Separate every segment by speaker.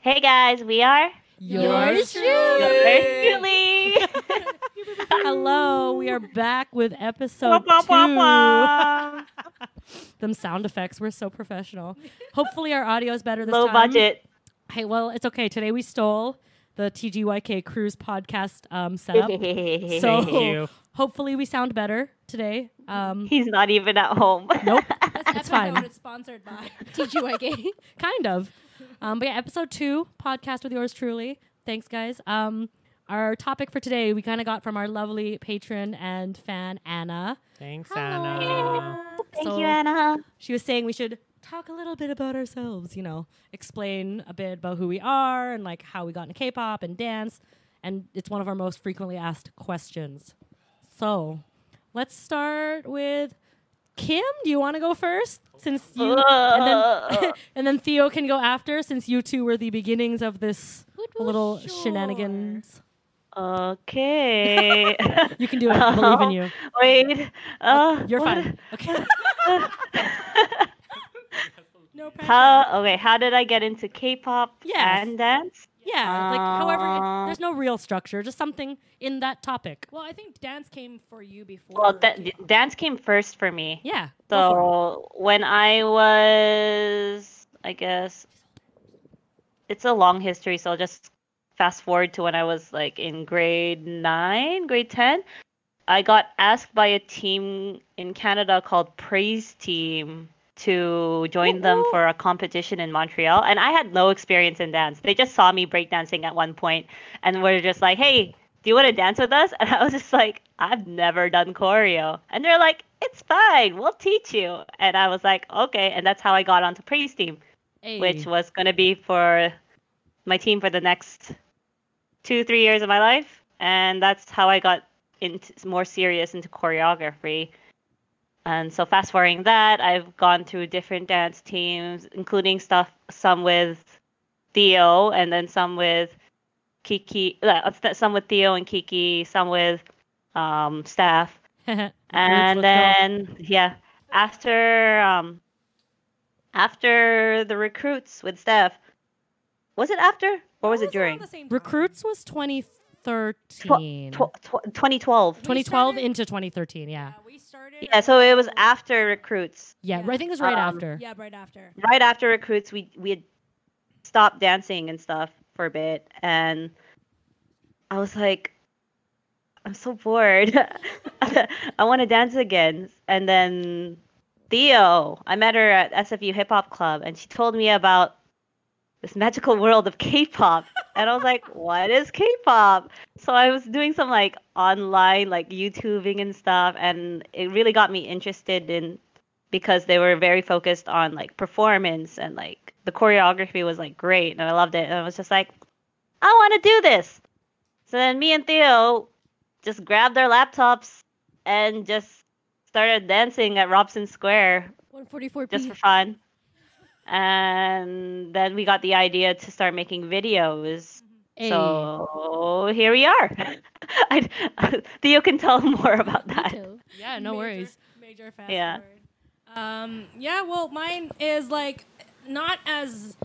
Speaker 1: Hey guys, we are
Speaker 2: Yours
Speaker 1: truly.
Speaker 2: Hello, we are back with episode
Speaker 1: Womp, womp, womp, womp.
Speaker 2: two. Them sound effects, we're so professional. Hopefully, our audio is better this
Speaker 1: Low
Speaker 2: time.
Speaker 1: budget.
Speaker 2: Hey, well, it's okay. Today we stole the TGYK Cruise podcast um, setup. So-
Speaker 3: Thank you.
Speaker 2: Hopefully, we sound better today. Um,
Speaker 1: He's not even at home.
Speaker 2: nope,
Speaker 4: This
Speaker 2: It's fine.
Speaker 4: episode is sponsored by TGYK.
Speaker 2: kind of. Um, but yeah, episode two podcast with yours truly. Thanks, guys. Um, our topic for today we kind of got from our lovely patron and fan Anna.
Speaker 3: Thanks,
Speaker 2: Hello.
Speaker 3: Anna.
Speaker 1: Thank
Speaker 2: So-
Speaker 1: you, Anna.
Speaker 2: she was saying we should talk a little bit about ourselves, you know, explain a bit about who we are and like how we got into K-pop and dance, and it's one of our most frequently asked questions. So, let's start with Kim. Do you want to go first, since you and then, and then Theo can go after, since you two were the beginnings of this
Speaker 1: Oh,
Speaker 2: little shenanigans.
Speaker 1: Okay.
Speaker 2: You can do it. I believe in you.
Speaker 1: Wait. Uh,
Speaker 2: Oh, You're
Speaker 1: what-
Speaker 2: fine. Okay.
Speaker 4: No pressure.
Speaker 1: How? Okay. How did I get into K-pop
Speaker 2: Yes.
Speaker 1: and dance?
Speaker 2: Yeah. Like, however,
Speaker 1: Uh,
Speaker 2: it, there's no real structure. Just something in that topic.
Speaker 4: Well, I think dance came for you before.
Speaker 1: Well, da-
Speaker 4: K-pop.
Speaker 1: dance came first for me.
Speaker 2: Yeah. go for it.
Speaker 1: So when I was, I guess, it's a long history, so I'll just fast forward to when I was like in grade nine, grade ten. I got asked by a team in Canada called Praise Team to join them
Speaker 2: Woohoo!
Speaker 1: for a competition in Montreal, and I had no experience in dance. They just saw me breakdancing at one point, and were just like, "Hey, do you want to dance with us? And I was just like, I've never done choreo. And they're like, it's fine, we'll teach you. And I was like, okay. And that's how I got onto Praise Team, which
Speaker 2: Hey.
Speaker 1: was going to be for my team for the next two, three years of my life. And that's how I got into more serious into choreography. And so fast forwarding that, I've gone through different dance teams, including stuff some with Theo and then some with Kiki, uh, th- some with Theo and Kiki, some with um, staff,
Speaker 2: Roots, let's go.
Speaker 1: and then yeah, after um, after the recruits with staff, was it after or was
Speaker 4: That
Speaker 1: it during
Speaker 4: around the same time.
Speaker 2: recruits was 2013
Speaker 1: Tw- tw- 2012?
Speaker 4: We
Speaker 2: 2012
Speaker 4: started-
Speaker 2: into 2013 yeah
Speaker 4: Yeah, we started.
Speaker 1: Yeah, so it was after recruits.
Speaker 2: yeah,
Speaker 4: Yeah.
Speaker 2: i think it was right
Speaker 1: Um,
Speaker 2: after
Speaker 4: Yeah, right after.
Speaker 1: Right after recruits, we we had stopped dancing and stuff for a bit, and I was like, I'm so bored. I want to dance again. And then Theo, I met her at SFU Hip Hop Club, and she told me about this magical world of K-pop. And I was like, what is K-pop? So I was doing some like online, like YouTubing and stuff, and it really got me interested in because they were very focused on like performance and like the choreography was like great, and I loved it. And I was just like, I want to do this. So then me and Theo just grabbed our laptops and just started dancing at Robson Square
Speaker 4: 144
Speaker 1: just for fun. And then we got the idea to start making videos.
Speaker 2: Hey.
Speaker 1: So here we are. I, Theo can tell more about that.
Speaker 2: yeah no
Speaker 4: Major-
Speaker 2: worries
Speaker 4: Major fast
Speaker 1: Yeah.
Speaker 4: forward. Um, yeah, well, mine is like not as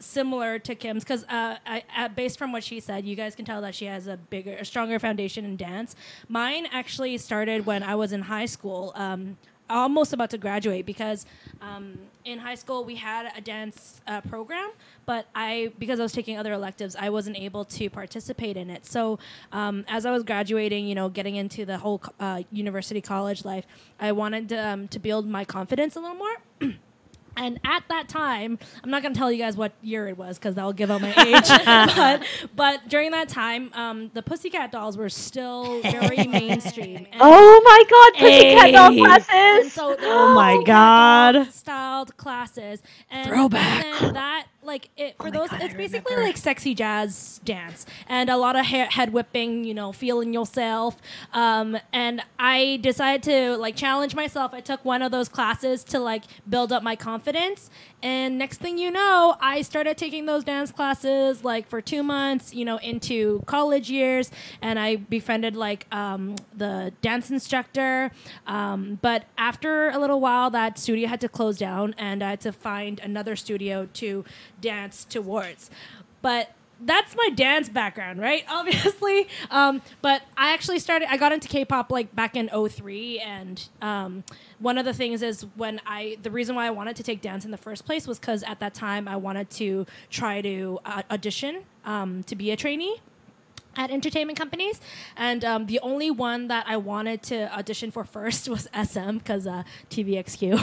Speaker 4: similar to Kim's because uh, I, uh, based from what she said, you guys can tell that she has a bigger, a stronger foundation in dance. Mine actually started when I was in high school. Um, almost about to graduate because um, in high school we had a dance uh, program but i because i was taking other electives i wasn't able to participate in it so um, as i was graduating you know getting into the whole co- uh, university college life i wanted um, to build my confidence a little more and at that time, I'm not going to tell you guys what year it was because that'll give out my age. but, but during that time, um, the Pussycat Dolls were still very mainstream. And,
Speaker 1: Oh my god, Pussycat Doll
Speaker 2: Hey.
Speaker 4: and
Speaker 1: classes!
Speaker 4: so there
Speaker 2: Oh
Speaker 4: were
Speaker 2: my
Speaker 4: Pussycat Doll
Speaker 2: God.
Speaker 4: Styled classes. And
Speaker 2: Throwback. Oh
Speaker 4: And that, like, it, for those, it's basically like sexy jazz dance and a lot of hair, head whipping, you know, feeling yourself. Um, and I decided to, like, challenge myself. I took one of those classes to, like, build up my confidence. And next thing you know, I started taking those dance classes, like, for two months, you know, into college years. And I befriended, like, um, the dance instructor. Um, but after a little while, that studio had to close down, and I had to find another studio to dance towards. but that's my dance background, right? Obviously. Um, but I actually started, I got into K pop like back in 03. And um, one of the things is when I, the reason why I wanted to take dance in the first place was because at that time I wanted to try to uh, audition um, to be a trainee at entertainment companies, and um, the only one that I wanted to audition for first was SM because uh, TVXQ.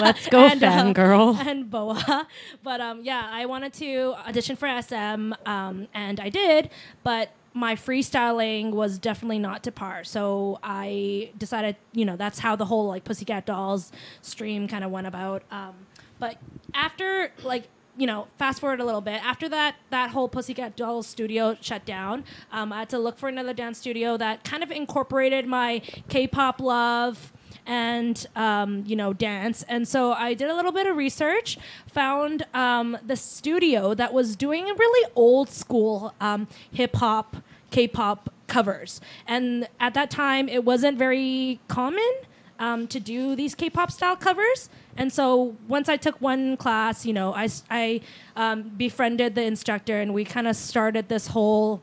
Speaker 4: Let's
Speaker 2: go, fangirl.
Speaker 4: and Boa. But um, yeah, I wanted to audition for SM, um, and I did, but my freestyling was definitely not to par. So I decided, you know, that's how the whole like Pussycat Dolls stream kind of went about. Um, but after like you know, fast forward a little bit. After that, that whole Pussycat Dolls studio shut down. Um, I had to look for another dance studio that kind of incorporated my K-pop love and um, you know dance. And so I did a little bit of research, found um, the studio that was doing a really old school um, hip hop, K-pop covers. And at that time, it wasn't very common um, to do these K-pop style covers. And so once I took one class, you know, I, s- I, um, befriended the instructor and we kind of started this whole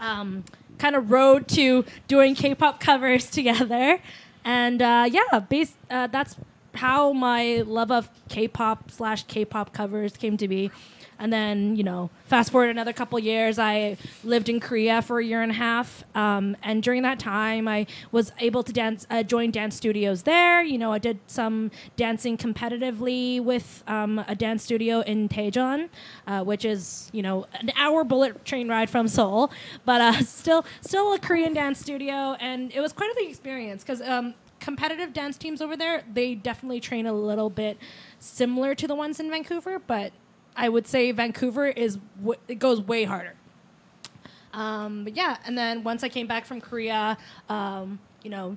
Speaker 4: um, kind of road to doing K-pop covers together. And uh, yeah, bas- uh, that's how my love of K-pop slash K-pop covers came to be. And then you know, fast forward another couple years, I lived in Korea for a year and a half, um, and during that time, I was able to dance, uh, join dance studios there. You know, I did some dancing competitively with um, a dance studio in Daejeon, uh, which is you know an hour bullet train ride from Seoul, but uh, still still a Korean dance studio, and it was quite the experience because um, competitive dance teams over there they definitely train a little bit similar to the ones in Vancouver, but I would say Vancouver is w- it goes way harder. Um, but yeah, and then once I came back from Korea, um, you know,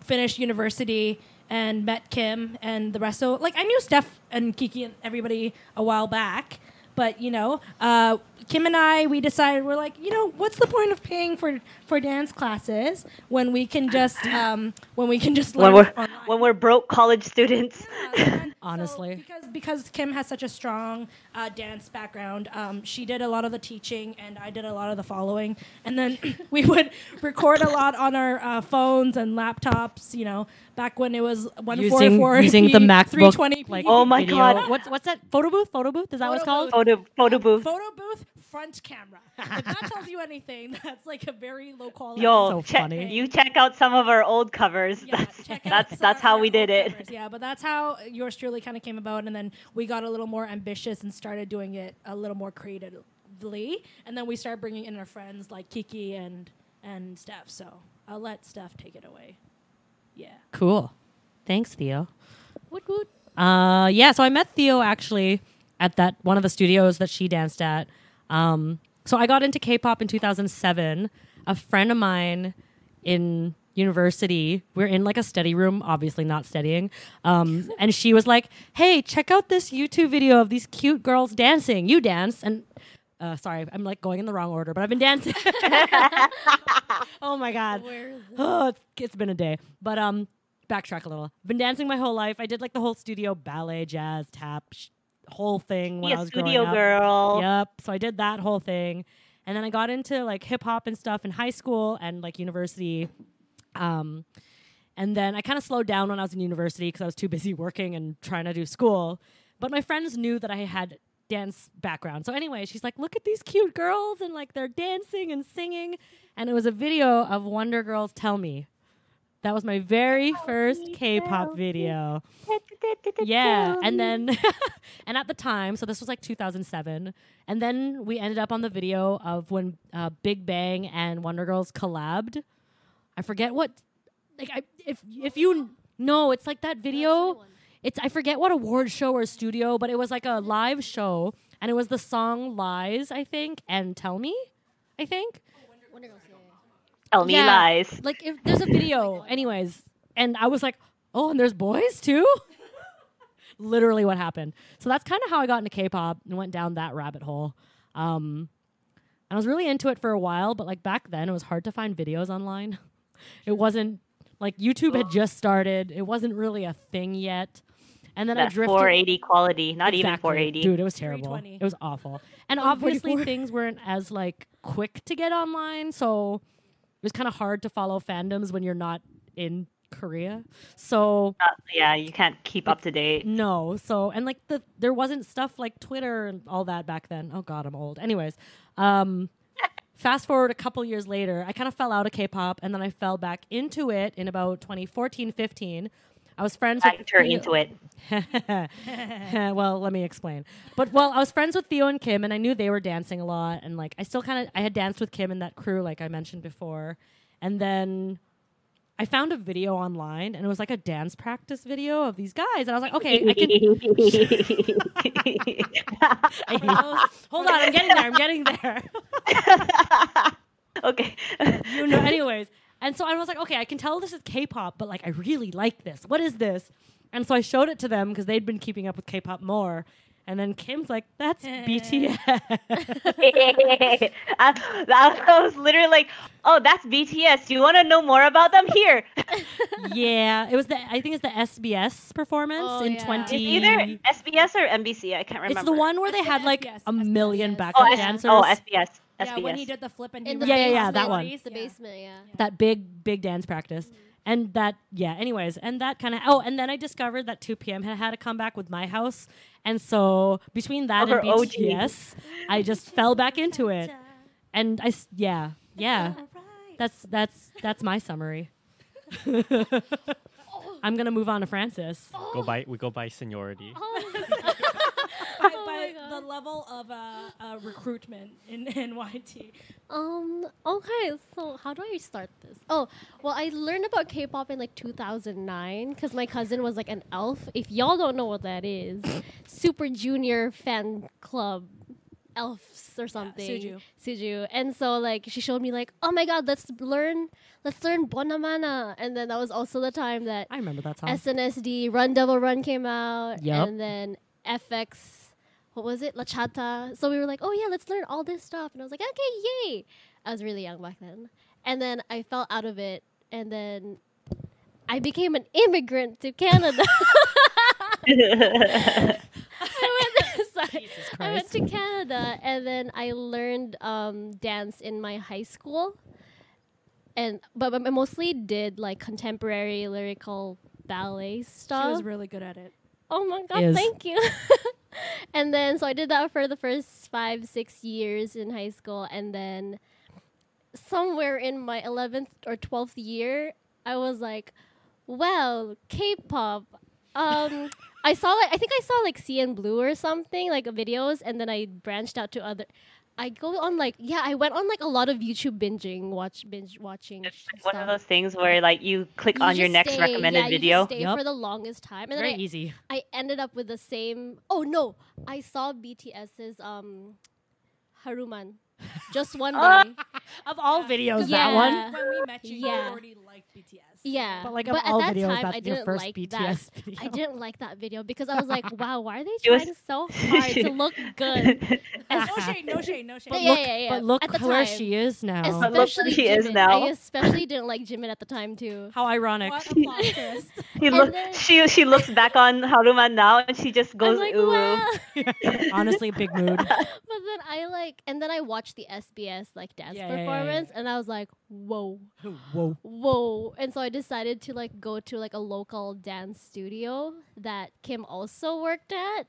Speaker 4: finished university and met Kim and the rest of like I knew Steph and Kiki and everybody a while back, but you know, uh, Kim and I we decided we're like, you know, what's the point of paying for for dance classes when we can just um, when we can just
Speaker 1: when
Speaker 4: learn
Speaker 1: we're
Speaker 4: online?
Speaker 1: when we're broke college students.
Speaker 4: Yeah, Um, and so
Speaker 2: Honestly.
Speaker 4: because because Kim has such a strong uh, dance background, um, she did a lot of the teaching and I did a lot of the following, and then we would record a lot on our uh, phones and laptops. You know, back when it was one
Speaker 2: Using- using the MacBook,
Speaker 4: three twenty
Speaker 2: like,
Speaker 1: Oh my
Speaker 2: Video-
Speaker 1: god.
Speaker 2: What's what's that? Photo booth? Photo booth? Is that what it's
Speaker 4: Photo
Speaker 2: called?
Speaker 4: booth.
Speaker 1: Photo photo booth.
Speaker 4: photo booth front camera. If that tells you anything, that's like a very low quality.
Speaker 1: Yo,
Speaker 2: so
Speaker 1: check,
Speaker 2: funny.
Speaker 1: you check out some of our old covers.
Speaker 4: Yeah,
Speaker 1: that's
Speaker 4: check out
Speaker 1: that's,
Speaker 4: some
Speaker 1: that's
Speaker 4: of
Speaker 1: how
Speaker 4: our
Speaker 1: we did
Speaker 4: old
Speaker 1: it.
Speaker 4: covers. Yeah, but that's how yours truly kind of came about, and then we got a little more ambitious and started doing it a little more creatively, and then we started bringing in our friends like Kiki and and Steph. So I'll let Steph take it away. Yeah.
Speaker 2: Cool. Thanks, Theo.
Speaker 4: Woot woot.
Speaker 2: Uh, yeah, so I met Theo actually at that one of the studios that she danced at. Um, so I got into K-pop in 2007. A friend of mine in university, we're in like a study room, obviously not studying, um, and she was like, "Hey, check out this YouTube video of these cute girls dancing. You dance." And uh, sorry, I'm like going in the wrong order, but I've been dancing. oh my god
Speaker 4: Where is it?
Speaker 2: oh, it's- it's been a day. But um, backtrack a little. Been dancing my whole life. I did like the whole studio ballet, jazz, tap, sh- whole thing when
Speaker 1: Be
Speaker 2: I
Speaker 1: a
Speaker 2: was
Speaker 1: studio
Speaker 2: growing up.
Speaker 1: girl.
Speaker 2: Yep. So I did that whole thing, and then I got into like hip hop and stuff in high school and like university. Um, and then I kind of slowed down when I was in university because I was too busy working and trying to do school. But my friends knew that I had dance background. So anyway, she's like, "Look at these cute girls and like they're dancing and singing." And it was a video of Wonder Girls Tell Me. That was my very first
Speaker 1: me, tell
Speaker 2: K-pop
Speaker 1: me.
Speaker 2: video. Yeah, and then and at the time, so this was like 2007, and then we ended up on the video of when uh, Big Bang and Wonder Girls collabed. I forget what like I if if you know, it's like that video. It's I forget what award show or studio, but it was like a live show and it was the song Lies, I think, and Tell Me, I think.
Speaker 3: Wonder Girls, yeah, yeah.
Speaker 1: Tell me
Speaker 2: Yeah.
Speaker 1: lies.
Speaker 2: Like if there's a video, anyways, and I was like, oh, and there's boys too. Literally, what happened? So that's kind of how I got into K-pop and went down that rabbit hole. Um, and I was really into it for a while, but like back then, it was hard to find videos online. it wasn't like YouTube had just started; it wasn't really a thing yet. And then I
Speaker 1: that
Speaker 2: drifted.
Speaker 1: 480 quality, not even
Speaker 2: Exactly.
Speaker 1: 480.
Speaker 2: Dude, it was terrible.
Speaker 4: 320.
Speaker 2: It was awful. And
Speaker 4: Or
Speaker 2: obviously
Speaker 4: 44.
Speaker 2: things weren't as like quick to get online, so it was kind of hard to follow fandoms when you're not in Korea. So
Speaker 1: Not- yeah, you can't keep up to date.
Speaker 2: no, so and like the there wasn't stuff like Twitter and all that back then. Oh god, I'm old. Anyways, um fast forward a couple years later, I kind of fell out of K-pop and then I fell back into it in about 2014, 15. I was friends with
Speaker 1: Factor
Speaker 2: Theo-
Speaker 1: into it.
Speaker 2: well, let me explain. But well, I was friends with Theo and Kim, and I knew they were dancing a lot, and like I still kind of I had danced with Kim in that crew, like I mentioned before, and then I found a video online, and it was like a dance practice video of these guys, and I was like, okay, I can.
Speaker 4: Hold on, I'm getting there. I'm getting there.
Speaker 1: okay.
Speaker 2: you know, anyways. And so I was like, okay, I can tell this is K-pop, but like I really like this. What is this? And so I showed it to them because they'd been keeping up with K-pop more. And then Kim's like, that's BTS.
Speaker 1: I, I was literally like, oh, that's BTS. You want to know more about them? Here.
Speaker 2: yeah, it was the I think it's the SBS performance
Speaker 4: Oh,
Speaker 2: in
Speaker 4: yeah.
Speaker 1: It's
Speaker 2: 20.
Speaker 1: either SBS or NBC. I can't remember.
Speaker 2: It's the one where they
Speaker 4: It's
Speaker 2: had
Speaker 4: the
Speaker 2: like
Speaker 4: SBS,
Speaker 2: a million
Speaker 4: SBS.
Speaker 1: Oh,
Speaker 2: backup
Speaker 1: S-
Speaker 2: dancers.
Speaker 1: oh SBS.
Speaker 4: yeah, when
Speaker 1: SBS.
Speaker 4: he did the flip and he
Speaker 3: In the
Speaker 2: Yeah, yeah,
Speaker 3: basement,
Speaker 2: yeah, that one.
Speaker 3: The basement, yeah.
Speaker 2: that big big dance practice.
Speaker 4: Mm-hmm.
Speaker 2: And that yeah, anyways, and that kind of oh, and then I discovered that 2 p.m. had had a comeback with my house. And so between that
Speaker 1: Over
Speaker 2: and
Speaker 1: OG.
Speaker 2: BTS, I just fell back into it. And I s- yeah, yeah. That's that's that's my summary. I'm going to move on to Francis.
Speaker 3: Oh,
Speaker 5: Go by we go by seniority.
Speaker 4: by,
Speaker 3: Oh
Speaker 4: by
Speaker 3: my
Speaker 4: the
Speaker 3: God.
Speaker 4: level of uh, uh, recruitment in NYT.
Speaker 3: Um. Okay. So how do I start this? Oh, well, I learned about K-pop in like 2009 because my cousin was like an elf. If y'all don't know what that is, Super Junior fan club elves or something.
Speaker 4: Suju.
Speaker 3: Suju. And so like she showed me like, oh my god, let's learn, let's learn Bonamana. And then that was also the time that
Speaker 2: I remember that song.
Speaker 3: SNSD Run Double Run came out,
Speaker 2: Yup.
Speaker 3: and then FX. What was it? La Chata. So we were like, oh yeah, let's learn all this stuff. And I was like, okay, yay. I was really young back then. And then I fell out of it. And then I became an immigrant to Canada. I went, sorry.
Speaker 2: Jesus
Speaker 3: I went
Speaker 2: Christ.
Speaker 3: to Canada and then I learned um, dance in my high school, and but I mostly did like contemporary lyrical ballet stuff.
Speaker 4: She was really good at it.
Speaker 3: oh my god,
Speaker 2: Is.
Speaker 3: thank you. and then so I did that for the first five six years in high school, and then somewhere in my eleventh or twelfth year, I was like, well, K-pop. Um, I saw like I think I saw like CN Blue or something like videos, and then I branched out to other. I go on like yeah, I went on like a lot of YouTube binging, watch binge watching.
Speaker 1: It's like
Speaker 3: stuff.
Speaker 1: one of those things where like you click
Speaker 3: You
Speaker 1: on your
Speaker 3: just
Speaker 1: next
Speaker 3: stay-
Speaker 1: recommended
Speaker 3: yeah, You
Speaker 1: video.
Speaker 3: just stay
Speaker 2: Yup.
Speaker 3: for the longest time, and
Speaker 2: Very
Speaker 3: then
Speaker 2: easy.
Speaker 3: I, I ended up with the same. Oh no, I saw BTS's um, Haruman, just one
Speaker 1: Oh.
Speaker 3: day.
Speaker 2: Of all
Speaker 4: Yeah.
Speaker 2: videos,
Speaker 3: Yeah.
Speaker 2: that one.
Speaker 3: Uh,
Speaker 4: when we met you,
Speaker 3: yeah.
Speaker 4: you already liked BTS.
Speaker 3: Yeah,
Speaker 2: But like of
Speaker 3: but at
Speaker 2: all
Speaker 3: that
Speaker 2: videos,
Speaker 3: time,
Speaker 2: that's
Speaker 3: I
Speaker 2: your
Speaker 3: didn't
Speaker 2: first
Speaker 3: like
Speaker 2: BTS
Speaker 3: that.
Speaker 2: video.
Speaker 3: I didn't like that video because I was like, wow, why are they
Speaker 1: It was-
Speaker 3: trying so hard to look good?
Speaker 4: No shade, no shade, no shade.
Speaker 3: But
Speaker 2: But
Speaker 3: yeah,
Speaker 2: look,
Speaker 3: yeah, yeah.
Speaker 2: But look
Speaker 3: At the
Speaker 2: where
Speaker 3: time.
Speaker 2: she is now.
Speaker 1: But look who
Speaker 3: Especially
Speaker 1: she is
Speaker 3: Jimin.
Speaker 1: now.
Speaker 3: I especially didn't like Jimin at the time too.
Speaker 2: How ironic.
Speaker 4: What a plot twist.
Speaker 1: She
Speaker 3: And
Speaker 1: look,
Speaker 3: then-
Speaker 1: she she looks back on Haruman now and she just goes
Speaker 3: I'm like,
Speaker 1: ooh.
Speaker 3: wow.
Speaker 2: Honestly, big mood.
Speaker 3: But then I like, and then I watched the SBS like dance
Speaker 2: Yeah, yeah, yeah, yeah.
Speaker 3: performance, and I was like, whoa.
Speaker 2: Whoa.
Speaker 3: whoa and so i decided to like go to like a local dance studio that kim also worked at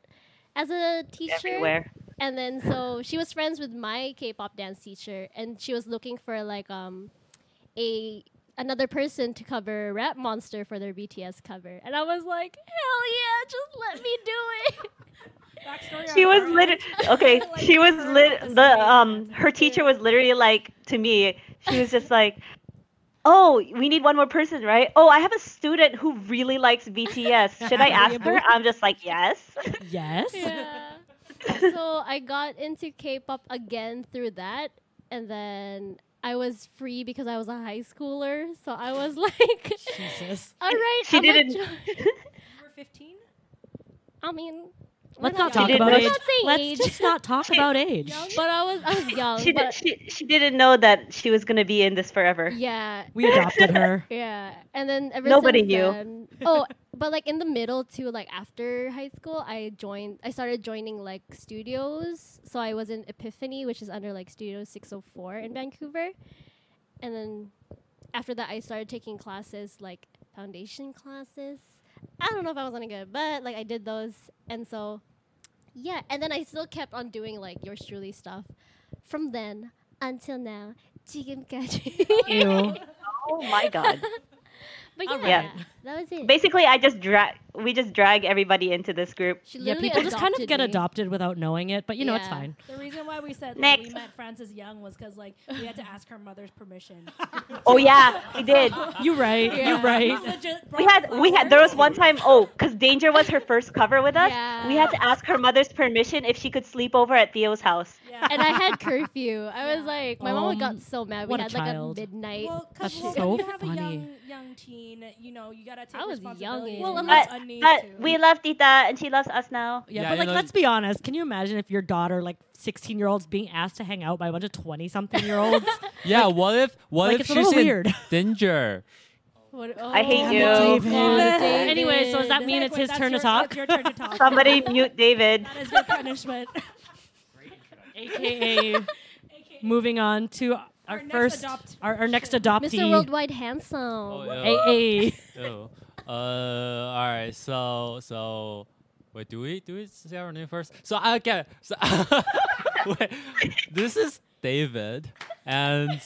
Speaker 3: as a teacher
Speaker 1: Everywhere.
Speaker 3: and then so she was friends with my k-pop dance teacher and she was looking for like um a another person to cover rap monster for their bts cover and i was like hell yeah just let me do it
Speaker 4: Backstory
Speaker 1: She
Speaker 4: on
Speaker 1: was
Speaker 4: Haruman.
Speaker 1: lit. Okay,
Speaker 4: Like
Speaker 1: she was
Speaker 4: her
Speaker 1: lit.
Speaker 4: with
Speaker 1: The
Speaker 4: space
Speaker 1: um,
Speaker 4: mask.
Speaker 1: her teacher was literally like to me. She was just like, "Oh, we need one more person, right? Oh, I have a student who really likes BTS. Should I ask her?" I'm just like, "Yes."
Speaker 2: Yes.
Speaker 3: yeah. so I got into K-pop again through that, and then I was free because I was a high schooler. So I was like,
Speaker 2: Jesus.
Speaker 3: "All right,
Speaker 1: She
Speaker 3: I'm gonna
Speaker 1: didn't-
Speaker 3: join."
Speaker 4: You were 15?
Speaker 3: I mean, we're
Speaker 2: Let's
Speaker 3: not
Speaker 2: not
Speaker 1: She
Speaker 2: talk
Speaker 3: young.
Speaker 1: didn't
Speaker 2: about
Speaker 1: know
Speaker 3: We're
Speaker 2: age.
Speaker 3: not saying
Speaker 2: Let's
Speaker 3: age.
Speaker 2: just not talk about age.
Speaker 3: but I was I was young.
Speaker 1: She did,
Speaker 3: but
Speaker 1: she she didn't know that she was gonna be in this forever.
Speaker 3: yeah,
Speaker 2: We adopted her.
Speaker 3: yeah. And then ever
Speaker 1: Nobody
Speaker 3: since
Speaker 1: knew.
Speaker 3: then- oh, but like in the middle too like after high school i joined i started joining like studios so i was in epiphany which is under like studio 604 in vancouver and then after that i started taking classes like foundation classes i don't know if i was any good but like i did those and so yeah and then i still kept on doing like yours truly stuff from then until now 지금까지.
Speaker 2: Ew.
Speaker 1: Oh my god.
Speaker 3: but yeah,
Speaker 2: All
Speaker 1: right.
Speaker 3: that was it
Speaker 1: Basically, I just drag. We just drag everybody into this group.
Speaker 3: She
Speaker 2: yeah,
Speaker 3: literally
Speaker 2: people just kind of
Speaker 3: adopted
Speaker 2: get
Speaker 3: me.
Speaker 2: adopted without knowing it, but you know it's
Speaker 3: Yeah.
Speaker 2: fine.
Speaker 4: The reason why we said that
Speaker 1: Next.
Speaker 4: we met Frances Young was because like we had to ask her mother's permission. uh,
Speaker 1: Oh yeah, we did.
Speaker 2: You're right. You're
Speaker 3: Yeah.
Speaker 2: right.
Speaker 1: We had we had there was one time oh because Danger was her first cover with us. We had to ask her mother's permission if she could sleep over at Theo's house.
Speaker 4: Yeah.
Speaker 3: and I had curfew. I was like, my mom
Speaker 2: Um,
Speaker 3: got so mad.
Speaker 2: what
Speaker 3: We
Speaker 2: a
Speaker 3: had
Speaker 2: child.
Speaker 3: like a midnight.
Speaker 4: Well, because well,
Speaker 2: That's so
Speaker 4: when you have a
Speaker 2: funny.
Speaker 4: young, young teen, you know, you gotta take
Speaker 3: I was
Speaker 4: responsibility.
Speaker 3: young.
Speaker 4: Well,
Speaker 3: Well,
Speaker 4: unless
Speaker 1: but-
Speaker 4: I need
Speaker 1: But
Speaker 4: to.
Speaker 1: we love Tita and she loves us now.
Speaker 2: Yeah,
Speaker 6: Yeah,
Speaker 2: but
Speaker 6: you
Speaker 2: like,
Speaker 6: know-
Speaker 2: let's be honest. Can you imagine if your daughter, like 16 year olds, being asked to hang out by a bunch of 20 something year olds?
Speaker 6: Yeah, what if what
Speaker 2: like,
Speaker 6: if
Speaker 2: it's a little
Speaker 6: she's in
Speaker 2: weird.
Speaker 6: danger?
Speaker 3: What-
Speaker 1: I hate
Speaker 3: oh,
Speaker 1: you. David.
Speaker 3: David.
Speaker 2: Anyway, so is that
Speaker 4: It's
Speaker 2: me? mean it's
Speaker 4: wait,
Speaker 2: his
Speaker 4: that's
Speaker 2: turn to
Speaker 4: your-
Speaker 2: talk?
Speaker 4: It's your turn to talk.
Speaker 1: Somebody mute David.
Speaker 4: That is your punishment.
Speaker 2: AKA, moving on to our,
Speaker 4: Our next
Speaker 2: first,
Speaker 4: adopt-
Speaker 2: our, our next
Speaker 3: Mr.
Speaker 2: adoptee.
Speaker 3: Worldwide Handsome?
Speaker 5: Oh,
Speaker 2: AA.
Speaker 6: Ew. Uh, all right. So, so, wait. Do we do we say our name first? So, okay. So, wait. This is David, and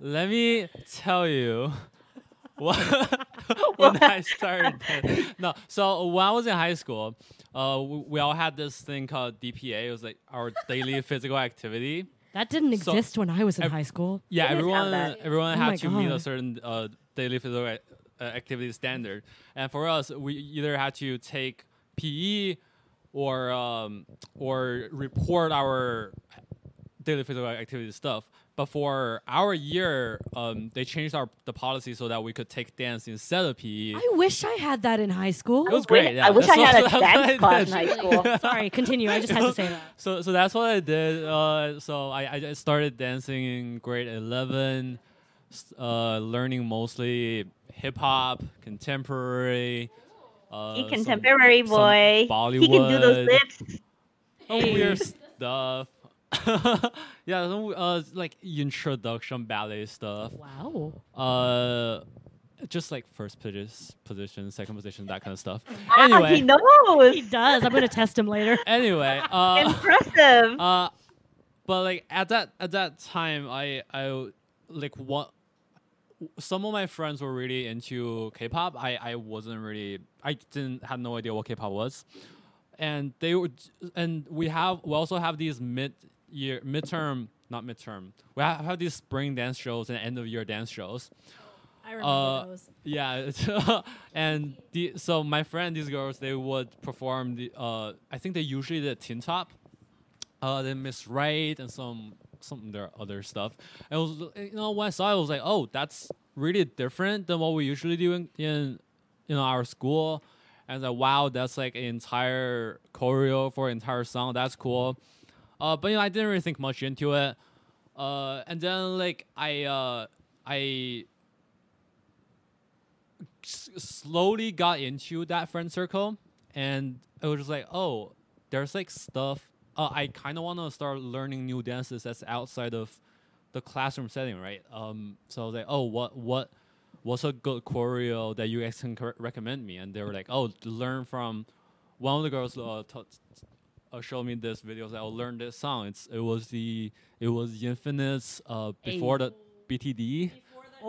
Speaker 6: let me tell you what when I started. No. So when I was in high school, uh, we, we all had this thing called DPA. It was like our daily physical activity.
Speaker 2: That didn't
Speaker 6: So-
Speaker 2: exist when I was in
Speaker 6: ev-
Speaker 2: high school.
Speaker 6: Yeah,
Speaker 1: guys have
Speaker 6: everyone
Speaker 1: that.
Speaker 6: everyone
Speaker 2: Oh my
Speaker 6: had to meet a
Speaker 2: God.
Speaker 6: certain uh, daily physical ac- uh, activity standard, and for us, we either had to take PE or um, or report our daily physical activity stuff. But for our year, um, they changed our the policy so that we could take dance instead of E. PE.
Speaker 2: I wish I had that in high school.
Speaker 6: It was great. yeah.
Speaker 1: I wish I
Speaker 6: That's
Speaker 1: had a
Speaker 6: what- that's what I
Speaker 1: dance class in
Speaker 6: did.
Speaker 1: high school.
Speaker 2: Sorry, continue. I just had to say that.
Speaker 6: So so that's what I did. Uh, so I, I just started dancing in grade eleven, s- uh, learning mostly hip hop, contemporary. Uh,
Speaker 1: He
Speaker 6: some-
Speaker 1: contemporary
Speaker 6: some
Speaker 1: boy. He can do those
Speaker 6: Bollywood.
Speaker 1: lips.
Speaker 6: some weird stuff. yeah, some, uh, like introduction ballet stuff.
Speaker 2: Wow.
Speaker 6: Uh, just like first posi- position, second position, that kind of stuff.
Speaker 1: Ah, he
Speaker 6: Anyway,
Speaker 2: He
Speaker 1: knows.
Speaker 2: does. I'm going to test him later.
Speaker 6: anyway. Uh,
Speaker 1: Impressive.
Speaker 6: Uh, but like at that at that time, I I like what some of my friends were really into K-pop. I I wasn't really I didn't had no idea what K-pop was, and they were and we have we also have these mid year midterm not midterm we have, have these spring dance shows and end of year dance shows.
Speaker 4: I remember
Speaker 6: Uh,
Speaker 4: those.
Speaker 6: yeah, it's- and the, so my friend, these girls, they would perform the. Uh, I think they usually did tin top, uh, then Miss Right and some some of their other stuff. And it was you know when I saw it, I was like, oh, that's really different than what we usually do in in, in our school. And I was like, wow, that's like an entire choreo for an entire song. That's cool. Uh, but you know, I didn't really think much into it. Uh, and then like I uh, I s- slowly got into that friend circle, and it was just like, oh, there's like stuff. Uh, I kind of want to start learning new dances that's outside of the classroom setting, right? Um, so I was like, oh, what what what's a good choreo that you guys can cor- recommend me? And they were like, oh, learn from one of the girls uh, t- uh, showed me this video. So I'll oh, learn this song. It's it was the it was Infinite's uh, before the BTD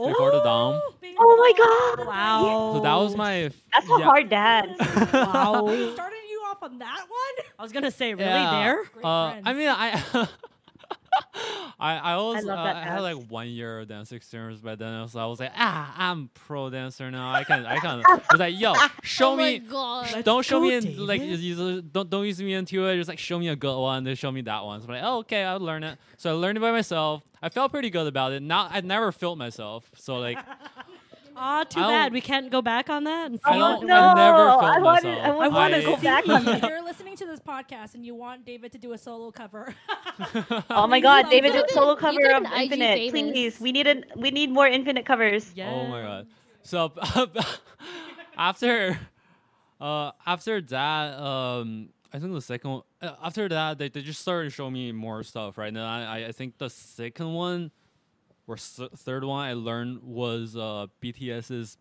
Speaker 6: before the dom.
Speaker 1: Oh my god.
Speaker 2: Wow.
Speaker 6: So that was my.
Speaker 1: That's a
Speaker 6: yeah.
Speaker 1: hard dance.
Speaker 2: Wow.
Speaker 4: Started you off on that one?
Speaker 2: I was going to say, really,
Speaker 6: Yeah.
Speaker 2: there?
Speaker 4: Great
Speaker 6: Uh, I
Speaker 4: friends.
Speaker 6: mean, I. I I was
Speaker 1: love
Speaker 6: uh,
Speaker 1: that
Speaker 6: I had
Speaker 1: dance.
Speaker 6: like one year of dance experience, but then I was, I was like, ah, I'm pro dancer now. I can I can. I was like, yo, show
Speaker 3: oh
Speaker 6: me.
Speaker 3: My God.
Speaker 6: Don't show
Speaker 2: go,
Speaker 6: me in, like
Speaker 2: David.
Speaker 6: you- you- don't don't use me into it. Just like show me a good one, then show me that one. So I'm like, oh, okay, I'll learn it. So I learned it by myself. I felt pretty good about it. Now I never felt myself. So like
Speaker 2: Aw, too
Speaker 6: I'll-
Speaker 2: bad. We can't go back on that and see.
Speaker 6: I
Speaker 1: Oh
Speaker 6: don't
Speaker 2: what-
Speaker 1: no!
Speaker 6: I never
Speaker 1: I
Speaker 6: filmed
Speaker 1: wanted,
Speaker 6: myself.
Speaker 1: I
Speaker 6: I
Speaker 1: want to
Speaker 6: wanna
Speaker 1: go back on
Speaker 4: If
Speaker 1: that.
Speaker 4: you're listening to this podcast and you want David to do a solo cover.
Speaker 1: Oh my god, David
Speaker 3: You
Speaker 1: did solo
Speaker 3: did- you
Speaker 1: cover
Speaker 3: did
Speaker 1: of
Speaker 3: an IG
Speaker 1: Infinite.
Speaker 3: famous.
Speaker 2: Oh
Speaker 1: Please, we need an, we need more Infinite covers.
Speaker 2: Yeah.
Speaker 6: Oh my god. So after uh after that um i think the second one, uh, after that they, they just started showing me more stuff right now i i think the second one or s- third one i learned was uh bts's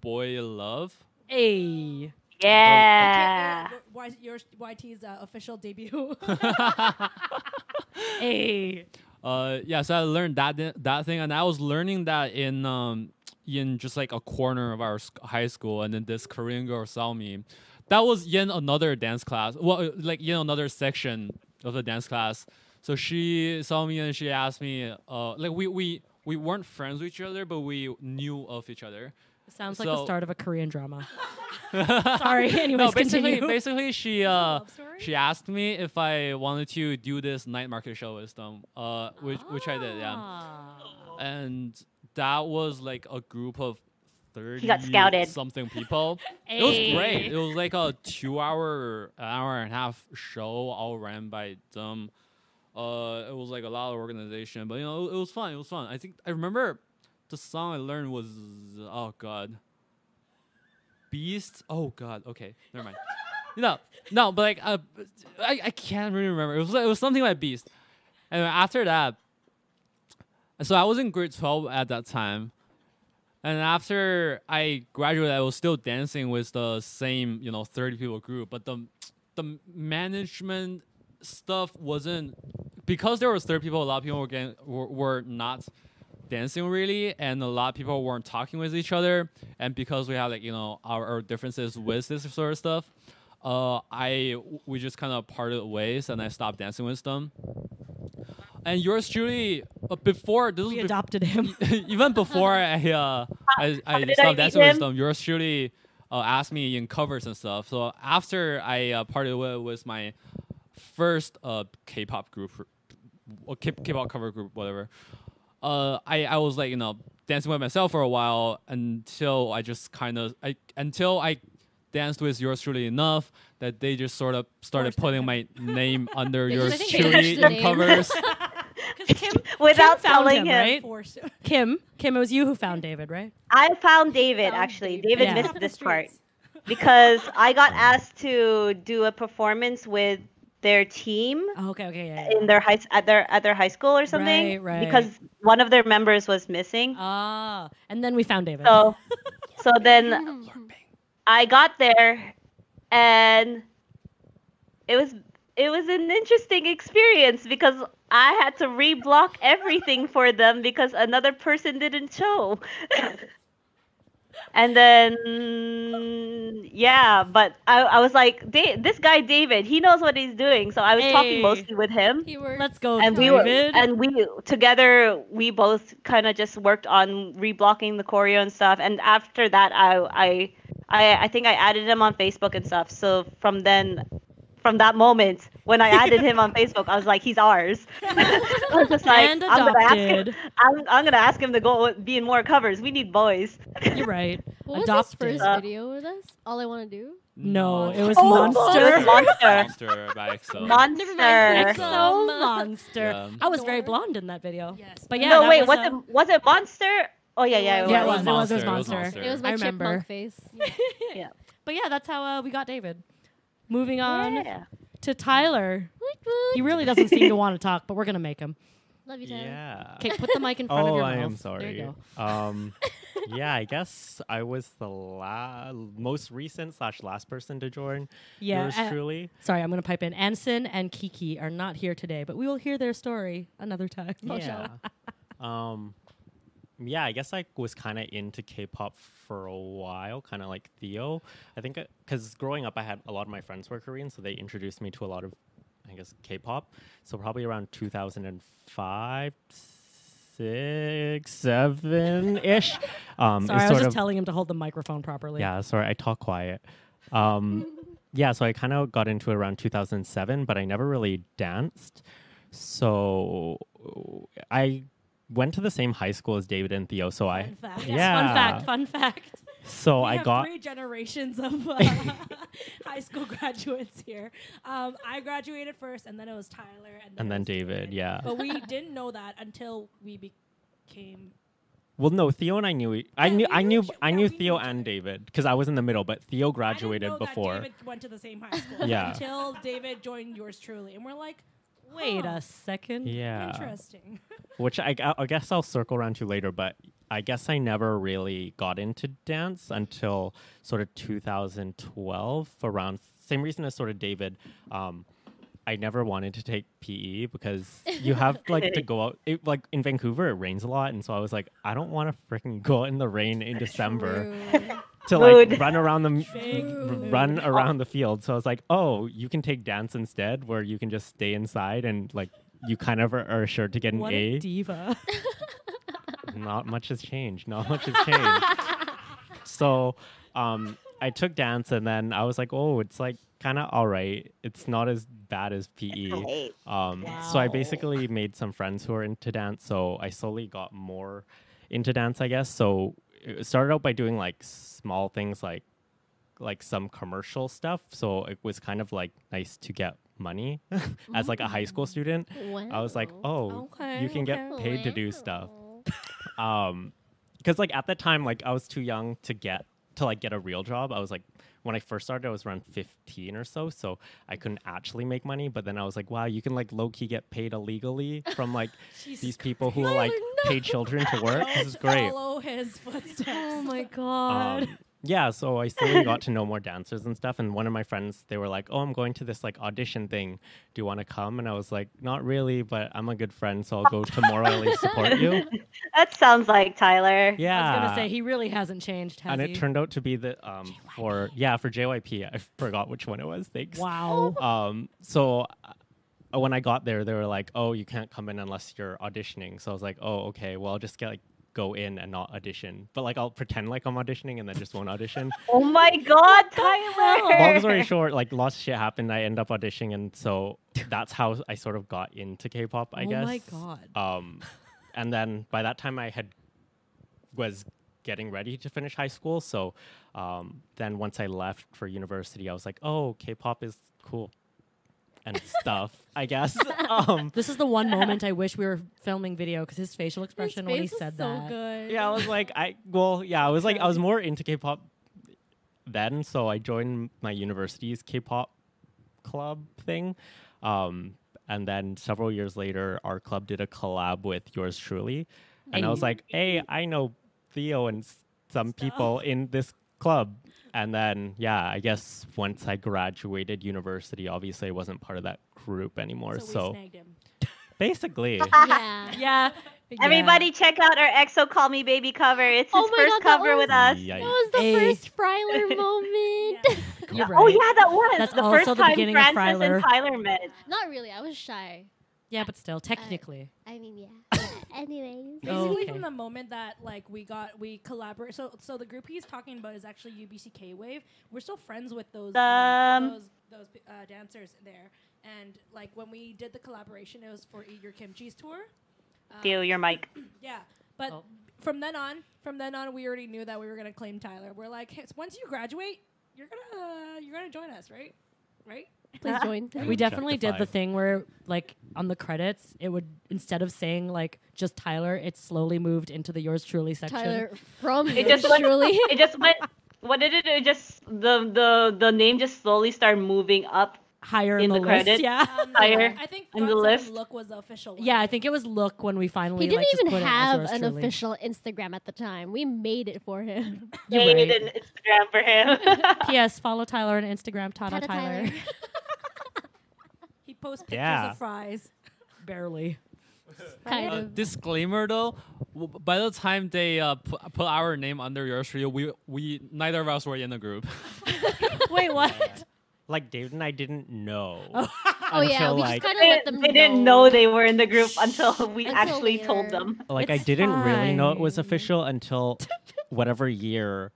Speaker 6: boy love
Speaker 2: Hey.
Speaker 1: Yeah.
Speaker 4: Why your YT's uh, official debut?
Speaker 2: Hey.
Speaker 6: uh yeah so i learned that thi- that thing and i was learning that in um in just like a corner of our sc- high school and then this korean girl saw me that was in another dance class well uh, like in another section of the dance class so she saw me and she asked me uh like we we we weren't friends with each other but we knew of each other
Speaker 2: Sounds like the
Speaker 6: So-
Speaker 2: start of a Korean drama. Sorry. Anyways,
Speaker 6: no, basically,
Speaker 2: continue.
Speaker 6: basically, she uh,
Speaker 4: love story?
Speaker 6: she asked me if I wanted to do this night market show with them, uh, which which I did, yeah. and that was like a group of 30
Speaker 1: He got scouted.
Speaker 6: something people it was
Speaker 2: Ayy.
Speaker 6: great it was like a two hour an hour and a half show all ran by them uh it was like a lot of organization but you know it, was fun it was fun i think i remember the song i learned was oh god beast oh god okay never mind no no but like uh, I, I can't really remember it was it was something like beast and after that so I was in grade 12 at that time. And after I graduated, I was still dancing with the same, you know, 30 people group, but the the management stuff wasn't because there was 30 people, a lot of people were, getting, were, were not dancing really and a lot of people weren't talking with each other and because we had like you know our, our differences with this sort of stuff uh i we just kind of parted ways and i stopped dancing with them and yours truly uh, before this was
Speaker 2: we
Speaker 6: bef-
Speaker 2: adopted him.
Speaker 6: even before I uh, I, I
Speaker 1: did I
Speaker 6: stopped
Speaker 1: meet
Speaker 6: dancing with
Speaker 1: him?
Speaker 6: them, yours truly uh, asked me in covers and stuff. So after I uh, parted with, with my first uh, K-pop group, or K- K-pop cover group, whatever, uh, I I was like you know dancing with myself for a while until I just kind of I until I danced with yours truly enough that they just sort of started
Speaker 4: Forced it.
Speaker 6: putting my name under
Speaker 3: They
Speaker 6: yours
Speaker 3: just
Speaker 6: truly
Speaker 3: changed the
Speaker 6: in
Speaker 3: name.
Speaker 6: covers.
Speaker 1: Without
Speaker 2: Kim found
Speaker 1: telling
Speaker 2: him,
Speaker 1: him,
Speaker 2: right?
Speaker 4: Forced.
Speaker 2: Kim, Kim, it was you who found David, right?
Speaker 1: I found David
Speaker 4: Found
Speaker 1: actually.
Speaker 4: David.
Speaker 1: David
Speaker 2: Yeah.
Speaker 1: missed
Speaker 4: Off in the
Speaker 1: this part
Speaker 4: streets.
Speaker 1: because I got asked to do a performance with their team
Speaker 2: Oh, okay, okay, yeah. yeah.
Speaker 1: in their high at their at their high school or something
Speaker 2: Right, right.
Speaker 1: because one of their members was missing.
Speaker 2: Ah, and then we found David.
Speaker 1: So so then I got there and it was it was an interesting experience because I had to reblock everything for them because another person didn't show. and then yeah, but I, I was like, da- this guy David, he knows what he's doing. So I was
Speaker 2: Hey.
Speaker 1: talking mostly with him.
Speaker 3: He worked.
Speaker 2: Let's go,
Speaker 1: And we were,
Speaker 2: David.
Speaker 1: and we together we both kind of just worked on reblocking the choreo and stuff. And after that, I I I, I think I added him on Facebook and stuff. So from then, from that moment when I added him on Facebook, I was like, he's ours. I was just like,
Speaker 2: and
Speaker 1: I'm gonna ask him.
Speaker 2: adopted.
Speaker 1: I'm, I'm gonna ask him to go be in more covers. We need boys.
Speaker 2: You're right.
Speaker 3: What was
Speaker 2: adopted.
Speaker 3: his first
Speaker 1: Uh,
Speaker 3: video with us? All I want to do.
Speaker 2: No, it was
Speaker 1: Oh,
Speaker 2: monster.
Speaker 1: monster.
Speaker 6: Monster by EXO.
Speaker 1: Monster.
Speaker 3: Never mind.
Speaker 2: EXO
Speaker 3: Um,
Speaker 2: monster.
Speaker 6: Yeah.
Speaker 2: I was very
Speaker 3: Door.
Speaker 2: blonde in that video.
Speaker 4: Yes,
Speaker 2: But
Speaker 4: but
Speaker 2: yeah,
Speaker 1: no,
Speaker 2: that
Speaker 1: wait, was,
Speaker 2: was, uh,
Speaker 1: it was it monster? Oh yeah, yeah,
Speaker 2: Yeah, it was.
Speaker 6: It was
Speaker 2: It was, it was
Speaker 6: Monster,
Speaker 2: monster.
Speaker 6: it was
Speaker 3: It was
Speaker 6: I
Speaker 3: my
Speaker 2: remember.
Speaker 3: chipmunk face.
Speaker 2: But yeah, that's how uh, we got David. Moving on
Speaker 1: Yeah.
Speaker 2: to Tyler.
Speaker 3: Woot
Speaker 2: He
Speaker 3: woot.
Speaker 2: really doesn't seem to want to talk, but we're gonna make him.
Speaker 3: Love you, Tyler.
Speaker 5: Yeah.
Speaker 2: Okay, put the mic in front of
Speaker 5: Oh,
Speaker 2: your mouth.
Speaker 5: I am
Speaker 2: There you
Speaker 5: sorry.
Speaker 2: go.
Speaker 5: Um, yeah, I guess I was the la- most recent slash last person to join.
Speaker 2: Yeah.
Speaker 5: yours
Speaker 2: uh,
Speaker 5: truly.
Speaker 2: sorry, I'm gonna pipe in. Anson and Kiki are not here today, but we will hear their story another time.
Speaker 5: Yeah. um, yeah, I guess I was kind of into K-pop for a while, kind of like Theo. I think because growing up, I had a lot of my friends were Korean, so they introduced me to a lot of, I guess, K-pop. So probably around 2005, six, seven ish. Um,
Speaker 2: Sorry,
Speaker 5: is
Speaker 2: I was
Speaker 5: sort
Speaker 2: just
Speaker 5: of,
Speaker 2: telling him to hold the microphone properly.
Speaker 5: yeah, sorry, I talk quiet. Um, yeah, so I kind of got into it around 2007, but I never really danced. So I went to the same high school as David and Theo. So I,
Speaker 4: Fun fact.
Speaker 5: yeah,
Speaker 2: Fun fact. Fun fact.
Speaker 5: so
Speaker 4: We
Speaker 5: Oh, I
Speaker 4: have
Speaker 5: got
Speaker 4: three generations of uh, high school graduates here. Um, I graduated first, and then it was Tyler, and then,
Speaker 5: and
Speaker 4: it
Speaker 5: then
Speaker 4: was
Speaker 5: David, yeah,
Speaker 4: But we didn't know that until we became
Speaker 5: Well, no, Theo and I knew. e- I
Speaker 4: Yeah,
Speaker 5: knew.
Speaker 4: we
Speaker 5: I
Speaker 4: knew
Speaker 5: knew.
Speaker 4: each-
Speaker 5: I
Speaker 4: yeah,
Speaker 5: knew
Speaker 4: we knew
Speaker 5: Theo
Speaker 4: each
Speaker 5: and
Speaker 4: other.
Speaker 5: David because I was in the middle, but Theo
Speaker 4: I didn't
Speaker 5: graduated
Speaker 4: know that
Speaker 5: before.
Speaker 4: David went to the same high school.
Speaker 5: Yeah.
Speaker 4: Until David joined yours truly, and we're like,
Speaker 2: Wait
Speaker 4: huh,
Speaker 2: a second.
Speaker 5: Yeah.
Speaker 4: interesting.
Speaker 5: Which I, gu- I guess I'll circle around to later, but I guess I never really got into dance until sort of 2012. Around same reason as sort of David. Um, I never wanted to take PE because you have like to go out. It, like in Vancouver, it rains a lot, and so I was like, I don't want to freaking go out in the rain in December. to like
Speaker 1: Mood.
Speaker 5: run around the
Speaker 4: Big
Speaker 5: m- run around the field. So I was like, oh, you can take dance instead, where you can just stay inside and like you kind of are, are assured to get an
Speaker 2: What
Speaker 5: A.
Speaker 2: a diva.
Speaker 5: Not much has changed. Not much has changed. so um, I took dance, and then I was like, oh, it's like kind of all right. It's not as bad as PE.
Speaker 1: Alright.
Speaker 5: Um, So I
Speaker 2: Wow.
Speaker 5: basically made some friends who are into dance. So I slowly got more into dance, I guess. So it started out by doing like small things, like like some commercial stuff. So it was kind of like nice to get money as like a high school student. I was like, oh, you can get paid to
Speaker 3: Oh.
Speaker 5: do stuff. Um, because like at that time, like I was too young to get to like get a real job. I was like, when I first started, I was around fifteen or so, so I couldn't actually make money. But then I was like, wow, you can like low key get paid illegally from like these people who like pay children to work. This is great.
Speaker 4: Follow his footsteps.
Speaker 2: oh my Oh, god.
Speaker 5: Um, yeah, so I slowly got to know more dancers and stuff. And one of my friends, they were like, "Oh, I'm going to this like audition thing. Do you want to come?" And I was like, "Not really, but I'm a good friend, so I'll go tomorrow. I'll support you."
Speaker 1: That sounds like Tyler.
Speaker 5: Yeah,
Speaker 2: I was gonna say he really hasn't changed, has
Speaker 5: and
Speaker 2: he?
Speaker 5: it turned out to be the um for yeah for JYP. I forgot which one it was. Thanks.
Speaker 2: wow.
Speaker 5: Um, so uh, when I got there, they were like, "Oh, you can't come in unless you're auditioning." So I was like, "Oh, okay. Well, I'll just get like go in and not audition, but like I'll pretend like I'm auditioning and then just won't audition."
Speaker 1: Oh my God, Tyler.
Speaker 5: Long story short, like lots of shit happened. I end up auditioning, and so that's how I sort of got into K-pop. I
Speaker 2: oh
Speaker 5: guess.
Speaker 2: my god.
Speaker 5: Um, and then by that time, I had was getting ready to finish high school. So um, then once I left for university, I was like, oh, K-pop is cool and stuff. I guess. Um,
Speaker 2: This is the one moment I wish we were filming video because his facial expression when he said
Speaker 3: so
Speaker 2: that.
Speaker 3: good.
Speaker 5: yeah, I was like, I well, yeah, I was like, I was more into K-pop then, so I joined my university's K-pop club thing, um, and then several years later, our club did a collab with Yours Truly, and I was like, hey, I know Theo and s- some people in this club. And then, yeah, I guess once I graduated university, obviously I wasn't part of that group anymore.
Speaker 4: so,
Speaker 5: So,
Speaker 4: we snagged him.
Speaker 5: basically,
Speaker 3: yeah.
Speaker 2: Yeah. yeah.
Speaker 1: Everybody, check out our EXO "Call Me Baby" cover. It's his
Speaker 3: Oh my
Speaker 1: first
Speaker 3: God, that
Speaker 1: cover with us.
Speaker 3: That
Speaker 5: yikes.
Speaker 3: was the
Speaker 2: Hey.
Speaker 3: first Fryler moment.
Speaker 2: You're right.
Speaker 1: Oh yeah, that was
Speaker 2: That's
Speaker 1: the
Speaker 2: also
Speaker 1: first
Speaker 2: the
Speaker 1: time
Speaker 2: beginning of
Speaker 1: Francis
Speaker 2: Fryler.
Speaker 1: and Tyler met.
Speaker 3: Not really. I was shy.
Speaker 2: Yeah, but still, technically. Oh,
Speaker 3: I mean, yeah. yeah. Anyways.
Speaker 4: Basically,
Speaker 2: Okay.
Speaker 4: from the moment that like we got we collaborate, so so the group he's talking about is actually UBCK Wave. We're still friends with those um,
Speaker 1: Um,
Speaker 4: those those uh, dancers there, and like when we did the collaboration, it was for Eat Your Kimchi's tour. Um,
Speaker 1: Theo, your mic.
Speaker 4: Yeah, but
Speaker 2: Oh.
Speaker 4: from then on, from then on, we already knew that we were gonna claim Tyler. We're like, hey, once you graduate, you're gonna you're gonna join us, right? Right?
Speaker 3: Please join.
Speaker 5: Yeah.
Speaker 2: We
Speaker 5: Check the
Speaker 2: definitely did the
Speaker 5: five.
Speaker 2: thing where, like, on the credits, it would instead of saying like just Tyler, it slowly moved into the yours truly section.
Speaker 3: Tyler from
Speaker 1: It
Speaker 3: it
Speaker 1: just went-
Speaker 3: truly.
Speaker 1: It just went. What did it? do? It just the the the name just slowly started moving up.
Speaker 2: higher in
Speaker 1: In the
Speaker 2: the, list.
Speaker 1: credits?
Speaker 2: Yeah.
Speaker 4: Um,
Speaker 1: Tyler
Speaker 4: I think
Speaker 1: on the
Speaker 4: Godson
Speaker 1: list.
Speaker 4: Look was the official. One.
Speaker 2: Yeah, I think it was look when we finally
Speaker 3: He didn't
Speaker 2: like, just
Speaker 3: even
Speaker 2: put it as
Speaker 3: have
Speaker 2: yours
Speaker 3: an
Speaker 2: truly.
Speaker 3: official Instagram at the time. We made it for him.
Speaker 2: You're
Speaker 1: Made
Speaker 2: right.
Speaker 1: an Instagram for him.
Speaker 2: P.S. Follow Tyler on Instagram. Tata,
Speaker 3: Tata
Speaker 2: Tyler.
Speaker 3: Tyler.
Speaker 4: he posts pictures
Speaker 5: Yeah.
Speaker 4: of fries.
Speaker 2: Barely.
Speaker 3: kind
Speaker 6: Uh,
Speaker 3: of.
Speaker 6: disclaimer though, w- by the time they uh, pu- put our name under yours for you, we we neither of us were in the group.
Speaker 2: Wait, what?
Speaker 5: like David and I didn't know.
Speaker 3: oh yeah,
Speaker 5: until,
Speaker 3: we
Speaker 5: like-
Speaker 3: just kind of
Speaker 1: they,
Speaker 3: let them
Speaker 1: they didn't know they were in the group until we
Speaker 3: Until
Speaker 1: actually told
Speaker 3: later.
Speaker 1: them.
Speaker 5: Like I
Speaker 2: It's
Speaker 5: didn't really know it was
Speaker 2: fine.
Speaker 5: official until whatever year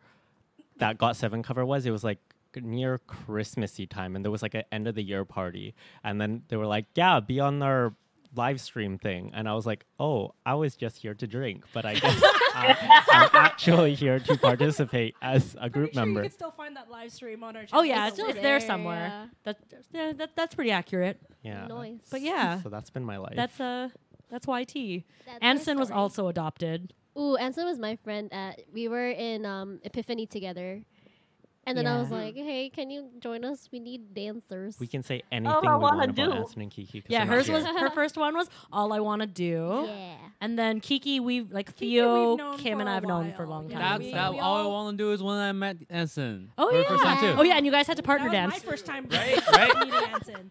Speaker 5: that Got Seven cover was. It was like near Christmassy time, and there was like an end of the year party, and then they were like, "Yeah, be on our live stream thing," and I was like, "Oh, I was just here to drink, but I guess I, am actually here to participate as a
Speaker 4: Pretty
Speaker 5: group
Speaker 4: sure
Speaker 5: member."
Speaker 4: You can still find that live stream on our channel.
Speaker 2: Oh yeah, it's,
Speaker 3: still
Speaker 2: it's
Speaker 3: there,
Speaker 2: there somewhere.
Speaker 3: yeah.
Speaker 2: That, yeah, that that's pretty accurate.
Speaker 5: yeah,
Speaker 3: Noise.
Speaker 2: But yeah,
Speaker 5: so that's been my life.
Speaker 2: that's uh that's YT.
Speaker 3: That's our
Speaker 2: Anson was
Speaker 3: story.
Speaker 2: also adopted.
Speaker 3: Ooh, Anson was my friend at we were in um Epiphany together. And then I was
Speaker 2: Yeah.
Speaker 3: like, Hey, can you join us? We need dancers.
Speaker 5: We can say anything
Speaker 1: I
Speaker 5: we want
Speaker 1: wanna
Speaker 5: about
Speaker 1: do.
Speaker 5: Anson and Kiki. 'cause
Speaker 2: Yeah,
Speaker 5: they're not
Speaker 2: hers
Speaker 5: here.
Speaker 2: was her first one was all I want to do.
Speaker 3: Yeah.
Speaker 2: And then Kiki, we like
Speaker 4: Kiki we've
Speaker 2: Theo,
Speaker 4: known
Speaker 2: Kim,
Speaker 4: for
Speaker 2: and
Speaker 4: a
Speaker 2: I've known for a
Speaker 4: while.
Speaker 2: long
Speaker 4: Yeah,
Speaker 2: time.
Speaker 6: That's
Speaker 4: we-
Speaker 6: that.
Speaker 4: we
Speaker 6: all I
Speaker 4: all-
Speaker 6: want to do is when I met Anson.
Speaker 2: Oh
Speaker 6: for
Speaker 2: yeah.
Speaker 6: the first time too.
Speaker 2: Oh yeah, and you guys had to partner
Speaker 4: that
Speaker 2: dance.
Speaker 4: was my first time
Speaker 6: Right, right.
Speaker 4: meeting Anson.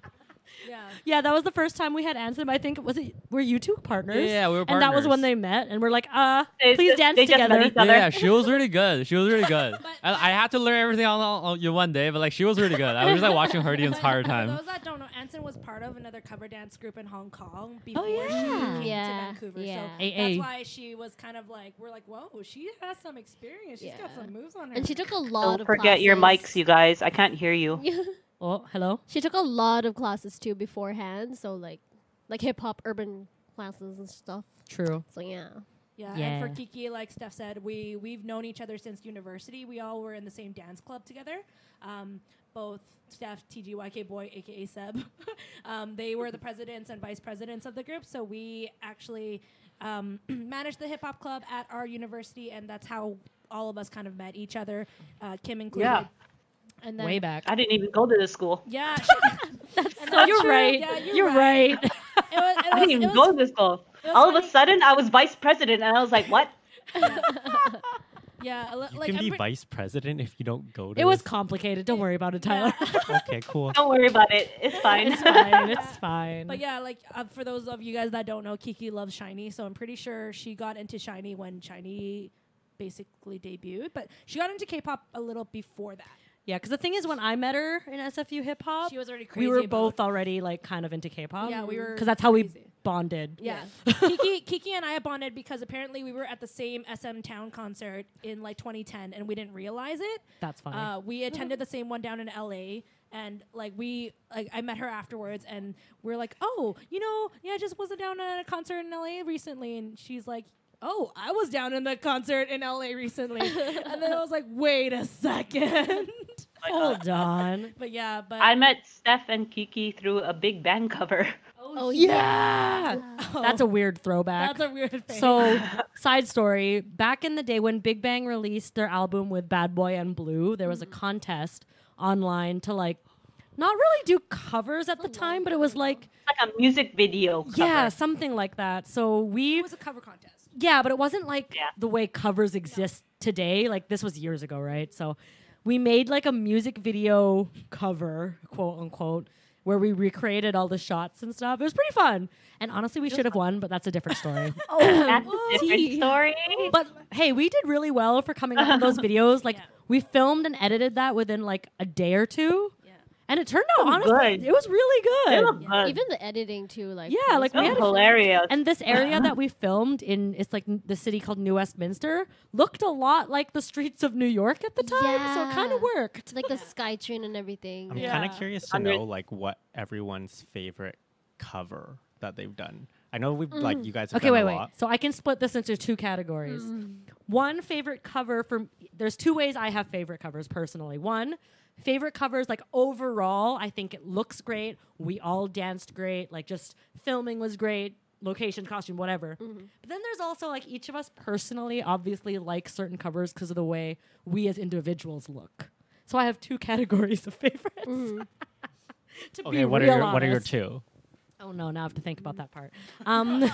Speaker 4: Yeah.
Speaker 2: Yeah, that was the first time we had Anson. but I think was it were you two partners?
Speaker 6: Yeah, yeah, we were
Speaker 2: And that was when
Speaker 6: partners.
Speaker 2: they met, and we're like, uh,
Speaker 1: They
Speaker 2: please
Speaker 1: just-
Speaker 2: dance
Speaker 1: they just met
Speaker 2: together.
Speaker 1: each other.
Speaker 6: Yeah, she was really good. She was really good.
Speaker 4: But-
Speaker 6: I, I had to learn everything all, all, all in one day, but like she was really good. I was just like watching her the
Speaker 4: But
Speaker 6: entire
Speaker 4: For
Speaker 6: time.
Speaker 4: those that don't know, Anson was part of another cover dance group in Hong Kong before
Speaker 2: yeah.
Speaker 4: she came
Speaker 3: Yeah,
Speaker 4: to Vancouver.
Speaker 3: yeah.
Speaker 4: So
Speaker 2: AA.
Speaker 4: that's why she was kind of like, we're like, whoa, she has some experience. She's got
Speaker 3: Yeah.
Speaker 4: some moves on her.
Speaker 3: And she took a lot
Speaker 1: Don't
Speaker 3: of
Speaker 1: forget your mics,
Speaker 3: classes.
Speaker 1: you guys. I can't hear you.
Speaker 2: Oh, hello.
Speaker 3: she took a lot of classes too beforehand, so like like hip hop urban classes and stuff.
Speaker 2: True.
Speaker 3: So yeah.
Speaker 4: yeah,
Speaker 2: Yeah.
Speaker 4: And for Kiki, like Steph said, we we've known each other since university. We all were in the same dance club together. Um, both Steph, TGYK Boy, aka Seb, um, they were the presidents and vice presidents of the group. So we actually um, managed the hip hop club at our university, and that's how all of us kind of met each other, uh, Kim included.
Speaker 1: Yeah.
Speaker 4: And then
Speaker 2: Way back.
Speaker 1: I didn't even go to this school.
Speaker 4: Yeah,
Speaker 2: So Oh, you're right.
Speaker 4: Yeah,
Speaker 2: you're
Speaker 4: you're
Speaker 2: right.
Speaker 4: it was, it
Speaker 1: I
Speaker 4: was-
Speaker 1: didn't
Speaker 4: it
Speaker 1: even
Speaker 4: was-
Speaker 1: go to this school.
Speaker 4: was
Speaker 1: All of a
Speaker 4: funny.
Speaker 1: sudden, I was vice president, and I was like, "What?
Speaker 4: Yeah, a li-
Speaker 5: You
Speaker 4: like
Speaker 5: can
Speaker 4: I'm
Speaker 5: be
Speaker 4: pre-
Speaker 5: vice president if you don't go to.
Speaker 2: it was
Speaker 5: this-
Speaker 2: complicated. Don't worry about it, Tyler.
Speaker 5: okay, cool.
Speaker 1: Don't worry about it. It's fine."
Speaker 2: it's fine. It's fine.
Speaker 4: But yeah, like uh, for those of you guys that don't know, Kiki loves Shiny, so I'm pretty sure she got into Shiny when Shiny basically debuted. But she got into K-pop a little before that.
Speaker 2: Yeah, because the thing is, when I met her in SFU hip hop,
Speaker 4: She was already crazy.
Speaker 2: we were
Speaker 4: about-
Speaker 2: both already like kind of into K-pop.
Speaker 4: Yeah, we were
Speaker 2: because that's how we
Speaker 4: crazy.
Speaker 2: bonded.
Speaker 4: Yeah, Kiki, Kiki and I bonded because apparently we were at the same SM Town concert in like 2010, and we didn't realize it.
Speaker 2: that's funny.
Speaker 4: Uh, we attended the same one down in LA, and like we, like I met her afterwards, and we're like, oh, you know, yeah, I just was down at a concert in LA recently, and she's like, oh, I was down in the concert in LA recently, and then I was like, wait a second,
Speaker 2: Hold on.
Speaker 4: but yeah, but
Speaker 1: I met Steph and Kiki through a Big Bang cover.
Speaker 3: Oh
Speaker 2: Yeah, that's a weird throwback.
Speaker 4: that's a weird thing.
Speaker 2: So, side story back in the day when Big Bang released their album with Bad Boy and Blue, there was a contest online to like not really do covers at the time, but it was like,
Speaker 1: It's like a music video. Cover.
Speaker 2: yeah, something like that. So, we,
Speaker 4: it was a cover contest.
Speaker 2: yeah, but it wasn't like
Speaker 1: Yeah.
Speaker 2: the way covers exist today. Like, this was years ago, right? So, we made like a music video cover, quote unquote. Where we recreated all the shots and stuff. It was pretty fun. And honestly, we should have won, but that's a different story.
Speaker 1: That's a different story.
Speaker 2: But hey, we did really well for coming up with those videos. Like
Speaker 4: Yeah.
Speaker 2: we filmed and edited that within like a day or two.
Speaker 4: Yeah.
Speaker 2: And it turned out honestly,
Speaker 1: good.
Speaker 2: it was really
Speaker 1: They
Speaker 2: good.
Speaker 1: look good.
Speaker 3: Even the editing too, like
Speaker 2: Yeah,
Speaker 3: was
Speaker 2: like, we
Speaker 1: They
Speaker 2: had
Speaker 1: look
Speaker 2: a-
Speaker 1: Uh, hilarious.
Speaker 2: and this area that we filmed in, it's like n- the city called New Westminster, looked a lot like the streets of New York at the time. So it kind of
Speaker 3: Yeah.
Speaker 2: worked.
Speaker 3: like the SkyTrain and everything.
Speaker 5: I'm
Speaker 4: Yeah.
Speaker 5: kind of curious to
Speaker 1: Under-
Speaker 5: know like what everyone's favorite cover that they've done. I know we've like you guys have
Speaker 2: Okay,
Speaker 5: done
Speaker 2: wait,
Speaker 5: a
Speaker 2: wait.
Speaker 5: lot.
Speaker 2: So I can split this into two categories. One favorite cover from there's two ways I have favorite covers personally. One, favorite covers like overall, I think it looks great. We all danced great, like just filming was great, location, costume, whatever. But then there's also like each of us personally obviously like certain covers because of the way we as individuals look. So I have two categories of favorites. to
Speaker 5: Okay,
Speaker 2: be
Speaker 5: what are
Speaker 2: real
Speaker 5: your what are your
Speaker 2: honest.
Speaker 5: two?
Speaker 2: Oh no, now I have to think about that part. Um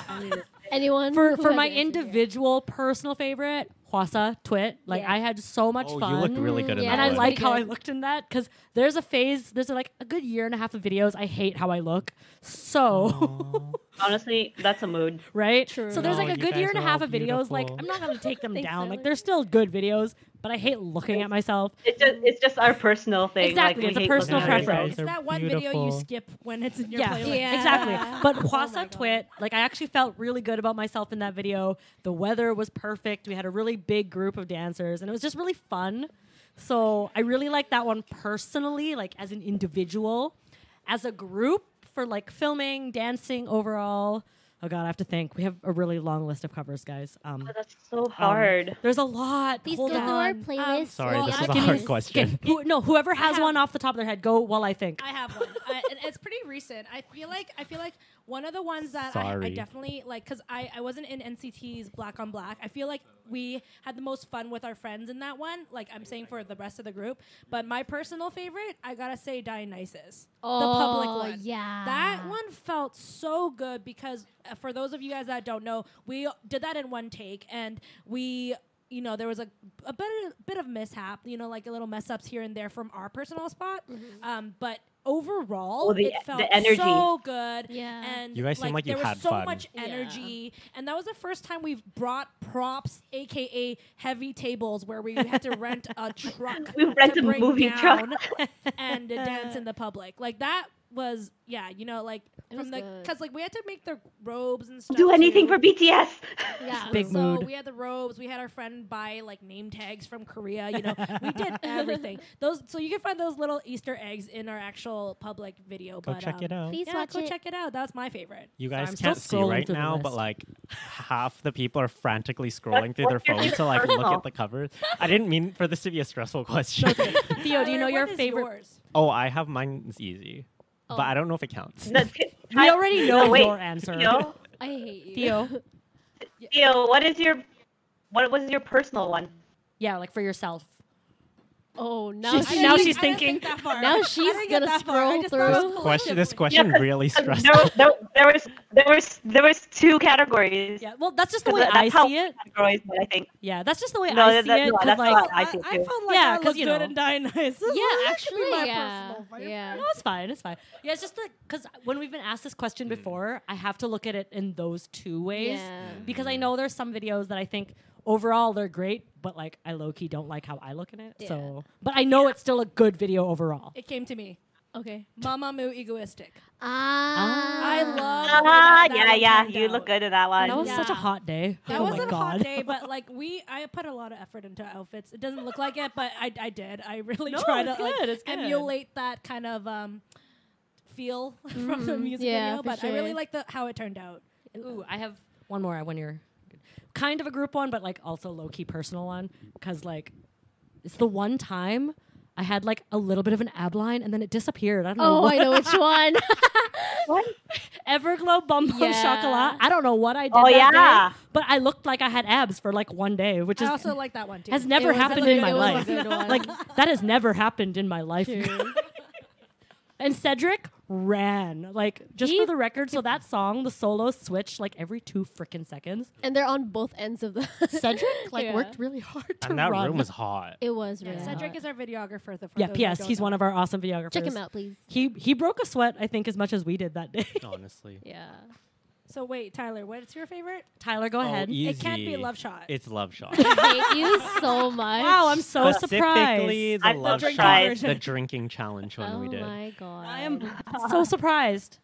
Speaker 3: Anyone
Speaker 2: for
Speaker 3: who
Speaker 2: for
Speaker 3: has
Speaker 2: my
Speaker 3: an answer here.
Speaker 2: individual personal favorite, Hwasa Twit. Like
Speaker 4: Yeah.
Speaker 2: I had so much
Speaker 5: Oh,
Speaker 2: fun.
Speaker 5: you looked really good in
Speaker 3: yeah.
Speaker 2: and
Speaker 5: that
Speaker 2: I
Speaker 5: one.
Speaker 2: like
Speaker 3: Pretty
Speaker 2: how I
Speaker 3: good.
Speaker 2: looked in that because there's a phase, there's like a good year and a half of videos. I hate how I look. So,
Speaker 1: Honestly, that's a mood.
Speaker 2: right?
Speaker 3: True.
Speaker 2: So there's
Speaker 5: No,
Speaker 2: like a
Speaker 5: Oh, you
Speaker 2: good year
Speaker 5: guys
Speaker 2: and a
Speaker 5: are all
Speaker 2: half of videos. Like
Speaker 5: beautiful.
Speaker 2: I'm not gonna take them
Speaker 3: Thanks,
Speaker 2: down. Like
Speaker 3: Tyler.
Speaker 2: they're still good videos, but I hate looking at myself.
Speaker 1: It's just it's just our personal thing.
Speaker 2: Exactly,
Speaker 1: Like,
Speaker 2: it's a
Speaker 1: we hate
Speaker 2: personal
Speaker 1: looking at ourselves.
Speaker 2: preference.
Speaker 4: It's that one video you skip when it's in your
Speaker 2: yeah,
Speaker 4: playlist.
Speaker 3: Yeah.
Speaker 2: exactly. But
Speaker 4: my
Speaker 2: Hwasa
Speaker 4: God.
Speaker 2: Twit, like I actually felt really good about myself in that video. The weather was perfect. We had a really big group of dancers, and it was just really fun. So I really like that one personally, like as an individual, as a group for like filming, dancing overall. Oh God, I have to think. We have a really long list of covers, guys. Um,
Speaker 1: Oh,
Speaker 2: um,
Speaker 1: that's so hard.
Speaker 2: there's a lot.
Speaker 3: Please
Speaker 2: Hold
Speaker 3: go
Speaker 2: on.
Speaker 3: through our playlist.
Speaker 5: Sorry,
Speaker 3: Well,
Speaker 5: this
Speaker 3: I
Speaker 5: is a
Speaker 3: can
Speaker 5: hard
Speaker 3: use-
Speaker 5: question.
Speaker 2: Who, no, whoever has
Speaker 4: have-
Speaker 2: one off the top of their head, go while I think.
Speaker 4: I have one. I, and it's pretty recent. I feel like I feel like one of the ones that I, I
Speaker 5: Sorry.
Speaker 4: definitely like because I, I wasn't in NCT's Black on Black. I feel like we had the most fun with our friends in that one. Like I'm saying for the rest of the group, but my personal favorite, I gotta say Dionysus, the public
Speaker 3: Oh,
Speaker 4: one.
Speaker 3: yeah.
Speaker 4: that one felt so good because uh, for those of you guys that don't know, we did that in one take and we. You know, there was a, a bit, of, bit of mishap, you know, like a little mess ups here and there from our personal spot.
Speaker 3: Mm-hmm.
Speaker 4: Um, but overall,
Speaker 1: Well, the-
Speaker 4: it
Speaker 1: the
Speaker 4: felt
Speaker 1: energy.
Speaker 4: so good.
Speaker 3: Yeah.
Speaker 4: And
Speaker 5: You guys seem like you
Speaker 4: there was
Speaker 5: had
Speaker 4: so
Speaker 5: fun.
Speaker 4: much
Speaker 3: Yeah.
Speaker 4: energy. And that was the first time we've brought props, aka heavy tables, where we had to rent a truck.
Speaker 1: We rent
Speaker 4: to
Speaker 1: a
Speaker 4: bring
Speaker 1: moving truck.
Speaker 4: down and to dance in the public. Like that was yeah, you know, like
Speaker 3: It
Speaker 4: from
Speaker 3: was
Speaker 4: the
Speaker 3: good.
Speaker 4: because like we had to make the robes and stuff.
Speaker 1: Do anything
Speaker 4: too.
Speaker 1: for BTS.
Speaker 3: yeah.
Speaker 2: Big
Speaker 4: So
Speaker 2: mood.
Speaker 4: we had the robes. We had our friend buy like name tags from Korea. You know, we did everything. Those so you can find those little Easter eggs in our actual public video.
Speaker 5: Go
Speaker 4: but
Speaker 5: check
Speaker 4: um,
Speaker 5: it out.
Speaker 3: Please
Speaker 4: Yeah,
Speaker 3: watch
Speaker 4: go
Speaker 3: it.
Speaker 4: check it out. That's my favorite.
Speaker 5: You
Speaker 2: Sorry,
Speaker 5: guys
Speaker 2: I'm still
Speaker 5: can't see right
Speaker 2: scrolling through the
Speaker 5: now, but
Speaker 2: list.
Speaker 5: like half the people are frantically scrolling through their
Speaker 1: what's your
Speaker 5: phones to like look
Speaker 1: personal?
Speaker 5: at the covers. I didn't mean for this to be a stressful question.
Speaker 2: Theo, do you
Speaker 4: Tyler,
Speaker 2: know
Speaker 4: what
Speaker 2: your
Speaker 4: is
Speaker 2: favorite?
Speaker 4: yours?
Speaker 5: oh, I have mine's easy,
Speaker 3: Oh.
Speaker 5: but I don't know if it counts.
Speaker 1: No, t-
Speaker 2: We
Speaker 1: I-
Speaker 2: already know
Speaker 1: no, wait,
Speaker 2: your answer.
Speaker 1: Theo,
Speaker 3: I hate you.
Speaker 2: Theo,
Speaker 1: Theo, what is your what was your personal one?
Speaker 2: yeah, like for yourself.
Speaker 3: Oh, now
Speaker 2: She's-
Speaker 4: I
Speaker 3: she's,
Speaker 2: now
Speaker 4: didn't-
Speaker 2: she's
Speaker 4: I didn't
Speaker 2: thinking.
Speaker 4: think that far.
Speaker 3: Now
Speaker 4: I didn't
Speaker 3: she's
Speaker 4: get
Speaker 3: gonna
Speaker 4: that far. I
Speaker 3: scroll
Speaker 4: just thought it
Speaker 3: through.
Speaker 5: This
Speaker 4: was
Speaker 5: question, this
Speaker 4: collectively.
Speaker 5: question
Speaker 1: Yeah,
Speaker 5: really
Speaker 1: Um,
Speaker 5: stressed.
Speaker 1: There, was- there, there was there was there was two categories.
Speaker 2: Yeah, well, that's just the
Speaker 1: But
Speaker 2: way
Speaker 1: that-
Speaker 2: I
Speaker 1: that's how
Speaker 2: see it.
Speaker 1: Categories, but I think
Speaker 2: Yeah, that's just the way
Speaker 1: No,
Speaker 2: I
Speaker 1: that-
Speaker 2: see
Speaker 1: that-
Speaker 2: it.
Speaker 1: no,
Speaker 2: 'cause,
Speaker 1: that's
Speaker 2: like,
Speaker 1: not-
Speaker 4: I,
Speaker 1: I see
Speaker 4: I
Speaker 1: too.
Speaker 4: felt like
Speaker 2: Yeah,
Speaker 4: I
Speaker 2: 'cause,
Speaker 4: looked
Speaker 2: you
Speaker 4: good
Speaker 2: know.
Speaker 4: in Dionysus.
Speaker 3: Yeah,
Speaker 4: That should be
Speaker 3: actually,
Speaker 4: my
Speaker 3: yeah.
Speaker 4: personal favorite.
Speaker 3: yeah.
Speaker 2: No, it's fine. It's fine. Yeah, it's just because when we've been asked this question
Speaker 1: Mm.
Speaker 2: before, I have to look at it in those two ways
Speaker 3: Yeah.
Speaker 2: because I know there's some videos that I think overall they're great, but like I low key don't like how I look in it.
Speaker 3: Yeah.
Speaker 2: So, but I know it's still a good video overall.
Speaker 4: It came to me.
Speaker 3: Okay.
Speaker 4: Mama Moo egoistic.
Speaker 3: Ah.
Speaker 4: I love. the way
Speaker 1: ah
Speaker 4: that- that
Speaker 1: yeah
Speaker 4: one
Speaker 1: yeah
Speaker 4: turned
Speaker 1: you
Speaker 4: out.
Speaker 1: look good in that one.
Speaker 2: That was such a
Speaker 3: Yeah.
Speaker 2: hot day.
Speaker 4: That
Speaker 2: oh
Speaker 4: was
Speaker 2: my
Speaker 4: a
Speaker 2: god.
Speaker 4: hot day, but like we, I put a lot of effort into outfits. It doesn't look like it, but I, I did. I really
Speaker 2: No,
Speaker 4: tried
Speaker 2: it's
Speaker 4: to like
Speaker 2: good, it's good.
Speaker 4: emulate that kind of um, feel from
Speaker 2: Mm-hmm.
Speaker 4: the music video.
Speaker 3: yeah, for
Speaker 4: But I really
Speaker 3: sure.
Speaker 4: like the how it turned out.
Speaker 2: Ooh, I have one more when you're kind of a group one, but like also low key personal one because like it's the one time I had like a little bit of an ab line and then it disappeared. I don't know.
Speaker 3: Oh,
Speaker 2: what.
Speaker 3: I know which one.
Speaker 2: Everglow Bum Bum
Speaker 3: Yeah.
Speaker 2: Chocolat. I don't know what I did.
Speaker 1: Oh,
Speaker 2: that
Speaker 1: yeah.
Speaker 2: day, but I looked like I had abs for like one day, which
Speaker 4: I
Speaker 2: is
Speaker 4: also like that one too.
Speaker 2: has never
Speaker 3: was a
Speaker 2: happened
Speaker 3: good-
Speaker 2: in my
Speaker 3: it was a
Speaker 2: life.
Speaker 3: good one.
Speaker 2: Like that has never happened in my life. and Cedric ran like just
Speaker 3: He-
Speaker 2: for the record. So that song, the solo switched like every two freaking seconds.
Speaker 3: and they're on both ends of the.
Speaker 2: Cedric like
Speaker 3: Yeah.
Speaker 2: worked really hard to
Speaker 5: and that
Speaker 2: run.
Speaker 5: room was hot.
Speaker 3: It was
Speaker 4: Yeah,
Speaker 3: really.
Speaker 4: Cedric
Speaker 3: hot.
Speaker 4: is our videographer. The
Speaker 2: yeah. P.S. He's one of our awesome videographers.
Speaker 3: Check him out, please.
Speaker 2: He he broke a sweat. I think as much as we did that day.
Speaker 5: Honestly,
Speaker 3: Yeah.
Speaker 4: So wait, Tyler, what's your favorite?
Speaker 2: Tyler,
Speaker 5: Oh,
Speaker 2: go ahead.
Speaker 4: It can't be
Speaker 5: Easy.
Speaker 4: Love Shot.
Speaker 5: It's love shot.
Speaker 3: I hate you so much.
Speaker 2: Wow, I'm so
Speaker 5: Specifically,
Speaker 2: surprised.
Speaker 5: the
Speaker 1: I'm so
Speaker 5: love shot,
Speaker 1: surprised.
Speaker 5: the drinking challenge one
Speaker 3: Oh
Speaker 5: we did.
Speaker 3: my god.
Speaker 2: I am so surprised.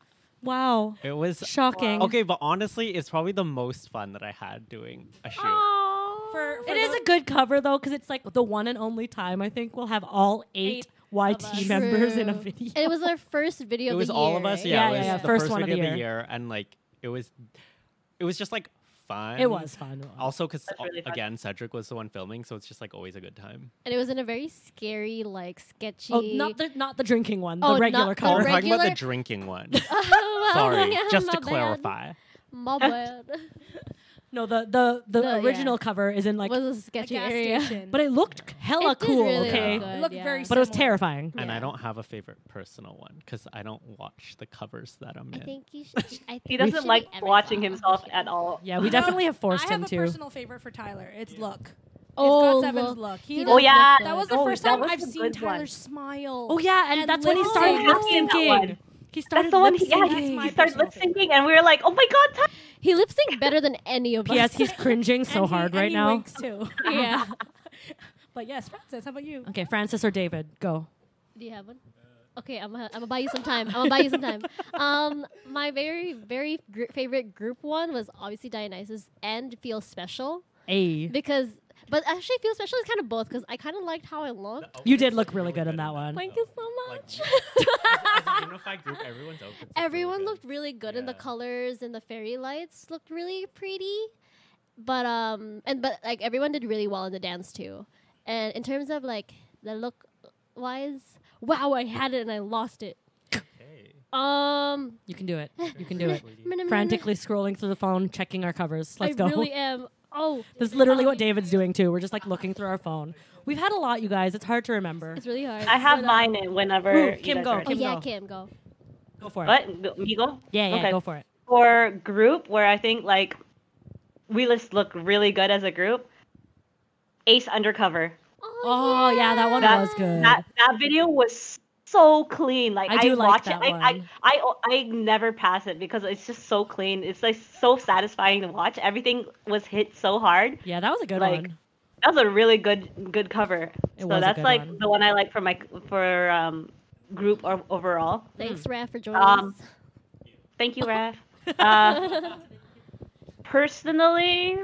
Speaker 2: Wow.
Speaker 5: It was
Speaker 2: Shocking.
Speaker 5: okay, but honestly, it's probably the most fun that I had doing a shoot.
Speaker 4: for, for
Speaker 2: It is a good cover though, because it's like the one and only time I think we'll have all eight, YT members in a
Speaker 3: True.
Speaker 2: video.
Speaker 3: And it was our first video.
Speaker 5: it
Speaker 3: of
Speaker 5: was
Speaker 3: the
Speaker 5: all
Speaker 3: year,
Speaker 5: of us.
Speaker 3: right?
Speaker 5: Yeah,
Speaker 2: Yeah,
Speaker 5: it was
Speaker 2: yeah,
Speaker 5: the
Speaker 2: first
Speaker 5: first,
Speaker 2: one of
Speaker 5: video
Speaker 2: the
Speaker 5: of the
Speaker 2: year.
Speaker 5: year, and like it was, it was just like fun.
Speaker 2: It was fun.
Speaker 5: Also, because
Speaker 1: That's really fun.
Speaker 5: again, Cedric was the one filming, so it's just like always a good time.
Speaker 3: And it was in a very scary, like sketchy.
Speaker 2: oh, not the not the drinking one,
Speaker 3: Oh,
Speaker 2: the
Speaker 3: not
Speaker 2: regular
Speaker 3: the
Speaker 5: Oh,
Speaker 2: cover.
Speaker 5: we're talking about the
Speaker 3: regular-
Speaker 5: drinking one.
Speaker 3: Oh,
Speaker 5: Sorry,
Speaker 3: yeah,
Speaker 5: just
Speaker 3: my
Speaker 5: to
Speaker 3: bad.
Speaker 5: clarify.
Speaker 3: My bad.
Speaker 2: no, the the, the,
Speaker 3: The- yeah.
Speaker 2: original cover is in like,
Speaker 3: was a
Speaker 4: a
Speaker 3: sketchy
Speaker 4: gas
Speaker 3: area.
Speaker 4: station.
Speaker 2: but it looked hella
Speaker 3: It did
Speaker 2: cool.
Speaker 3: really
Speaker 2: okay,
Speaker 3: look
Speaker 5: Yeah.
Speaker 3: good,
Speaker 4: Looked
Speaker 3: yeah.
Speaker 4: very
Speaker 2: but it was
Speaker 4: similar.
Speaker 2: terrifying.
Speaker 5: And
Speaker 3: Yeah.
Speaker 5: I don't have a favorite personal one because I don't watch the covers that I'm
Speaker 3: I
Speaker 5: in.
Speaker 3: think you should. I think
Speaker 1: He
Speaker 3: you should
Speaker 1: doesn't
Speaker 3: be
Speaker 1: like
Speaker 3: every
Speaker 1: watching
Speaker 3: song.
Speaker 1: himself at all.
Speaker 2: Yeah, we
Speaker 4: You know,
Speaker 2: definitely have forced
Speaker 4: I
Speaker 2: him
Speaker 4: have
Speaker 2: to.
Speaker 4: a personal favorite for Tyler. It's look.
Speaker 3: Oh,
Speaker 4: it's God Seven's
Speaker 3: look.
Speaker 4: look. He
Speaker 3: He
Speaker 4: does
Speaker 1: Oh
Speaker 3: does
Speaker 1: yeah,
Speaker 3: look
Speaker 4: That
Speaker 3: good.
Speaker 4: was the
Speaker 1: Oh,
Speaker 4: first
Speaker 1: that
Speaker 4: time
Speaker 1: was
Speaker 4: I've
Speaker 1: a
Speaker 4: seen
Speaker 1: good one.
Speaker 4: Tyler smile.
Speaker 2: oh yeah, and,
Speaker 4: And
Speaker 2: that's when he
Speaker 4: lip
Speaker 2: started
Speaker 4: sync.
Speaker 2: lip
Speaker 4: I've
Speaker 1: seen that
Speaker 2: syncing.
Speaker 1: one.
Speaker 2: He
Speaker 1: That's
Speaker 2: started
Speaker 1: the one.
Speaker 2: lip
Speaker 1: He, yeah,
Speaker 2: syncing.
Speaker 1: he,
Speaker 4: my
Speaker 1: he started
Speaker 4: personal
Speaker 1: lip syncing, and we were like, "Oh my god, Tyler!"
Speaker 3: He lip synced better than any of
Speaker 2: P.S.
Speaker 3: us.
Speaker 2: He's cringing so
Speaker 4: And he-
Speaker 2: hard
Speaker 4: and
Speaker 2: right
Speaker 4: he
Speaker 2: now.
Speaker 4: winks too.
Speaker 3: yeah.
Speaker 4: but yes, Francis, how about you?
Speaker 2: Okay, Francis or David, go.
Speaker 3: Do you have one? Okay, I'm gonna, I'm gonna buy you some time. I'm gonna buy you some time. Um, my very very gr- favorite group one was obviously Dionysus and Feel Special
Speaker 2: A.
Speaker 3: because, but actually Feel Special is kind of both because I kind of liked how I looked.
Speaker 2: You did look really good in that one. Oh.
Speaker 3: Thank you so
Speaker 5: Oh, Like,
Speaker 3: much.
Speaker 5: as a unified group, everyone's open.
Speaker 3: Everyone looked really good, and the
Speaker 5: Yeah.
Speaker 3: colors and the fairy lights looked really pretty. But um, and but like everyone did really well in the dance too. And in terms of like the look wise, wow, I had it and I lost it.
Speaker 5: Okay.
Speaker 3: Um,
Speaker 2: You can do it. You can do it.
Speaker 3: minute,
Speaker 2: Frantically scrolling through the phone, checking our covers. Let's
Speaker 3: I
Speaker 2: go.
Speaker 3: really am. Oh,
Speaker 2: This is literally what David's doing too. We're just like looking through our phone. We've had a lot, you guys. It's hard to remember.
Speaker 3: it's really hard.
Speaker 1: I have
Speaker 3: But, uh,
Speaker 1: mine in whenever.
Speaker 2: Ooh,
Speaker 1: you
Speaker 2: Kim,
Speaker 1: guys
Speaker 2: go,
Speaker 1: are ready.
Speaker 3: Oh
Speaker 2: Kim,
Speaker 3: yeah,
Speaker 2: go.
Speaker 3: Kim, go.
Speaker 2: Go for it.
Speaker 1: What? Me go?
Speaker 2: Yeah, yeah,
Speaker 1: Okay.
Speaker 2: go for it.
Speaker 1: for group where I think like we just look really good as a group. Ace Undercover.
Speaker 2: Oh, yeah, that one
Speaker 1: That-
Speaker 2: was good.
Speaker 1: That that video was so clean. Like
Speaker 2: I
Speaker 1: I,
Speaker 2: do like
Speaker 1: watch
Speaker 2: that
Speaker 1: it. I,
Speaker 2: one.
Speaker 1: I I I never pass it because it's just so clean. It's like so satisfying to watch. Everything was hit so hard.
Speaker 2: yeah, that was a good
Speaker 1: like,
Speaker 2: one.
Speaker 1: That was a really good good cover.
Speaker 2: It
Speaker 1: so
Speaker 2: was a
Speaker 1: that's
Speaker 2: good
Speaker 1: like
Speaker 2: one.
Speaker 1: the one I like for my for um group or overall.
Speaker 3: Thanks, Raph, for joining
Speaker 1: Um,
Speaker 3: us.
Speaker 1: Thank you, Raf. Uh, personally,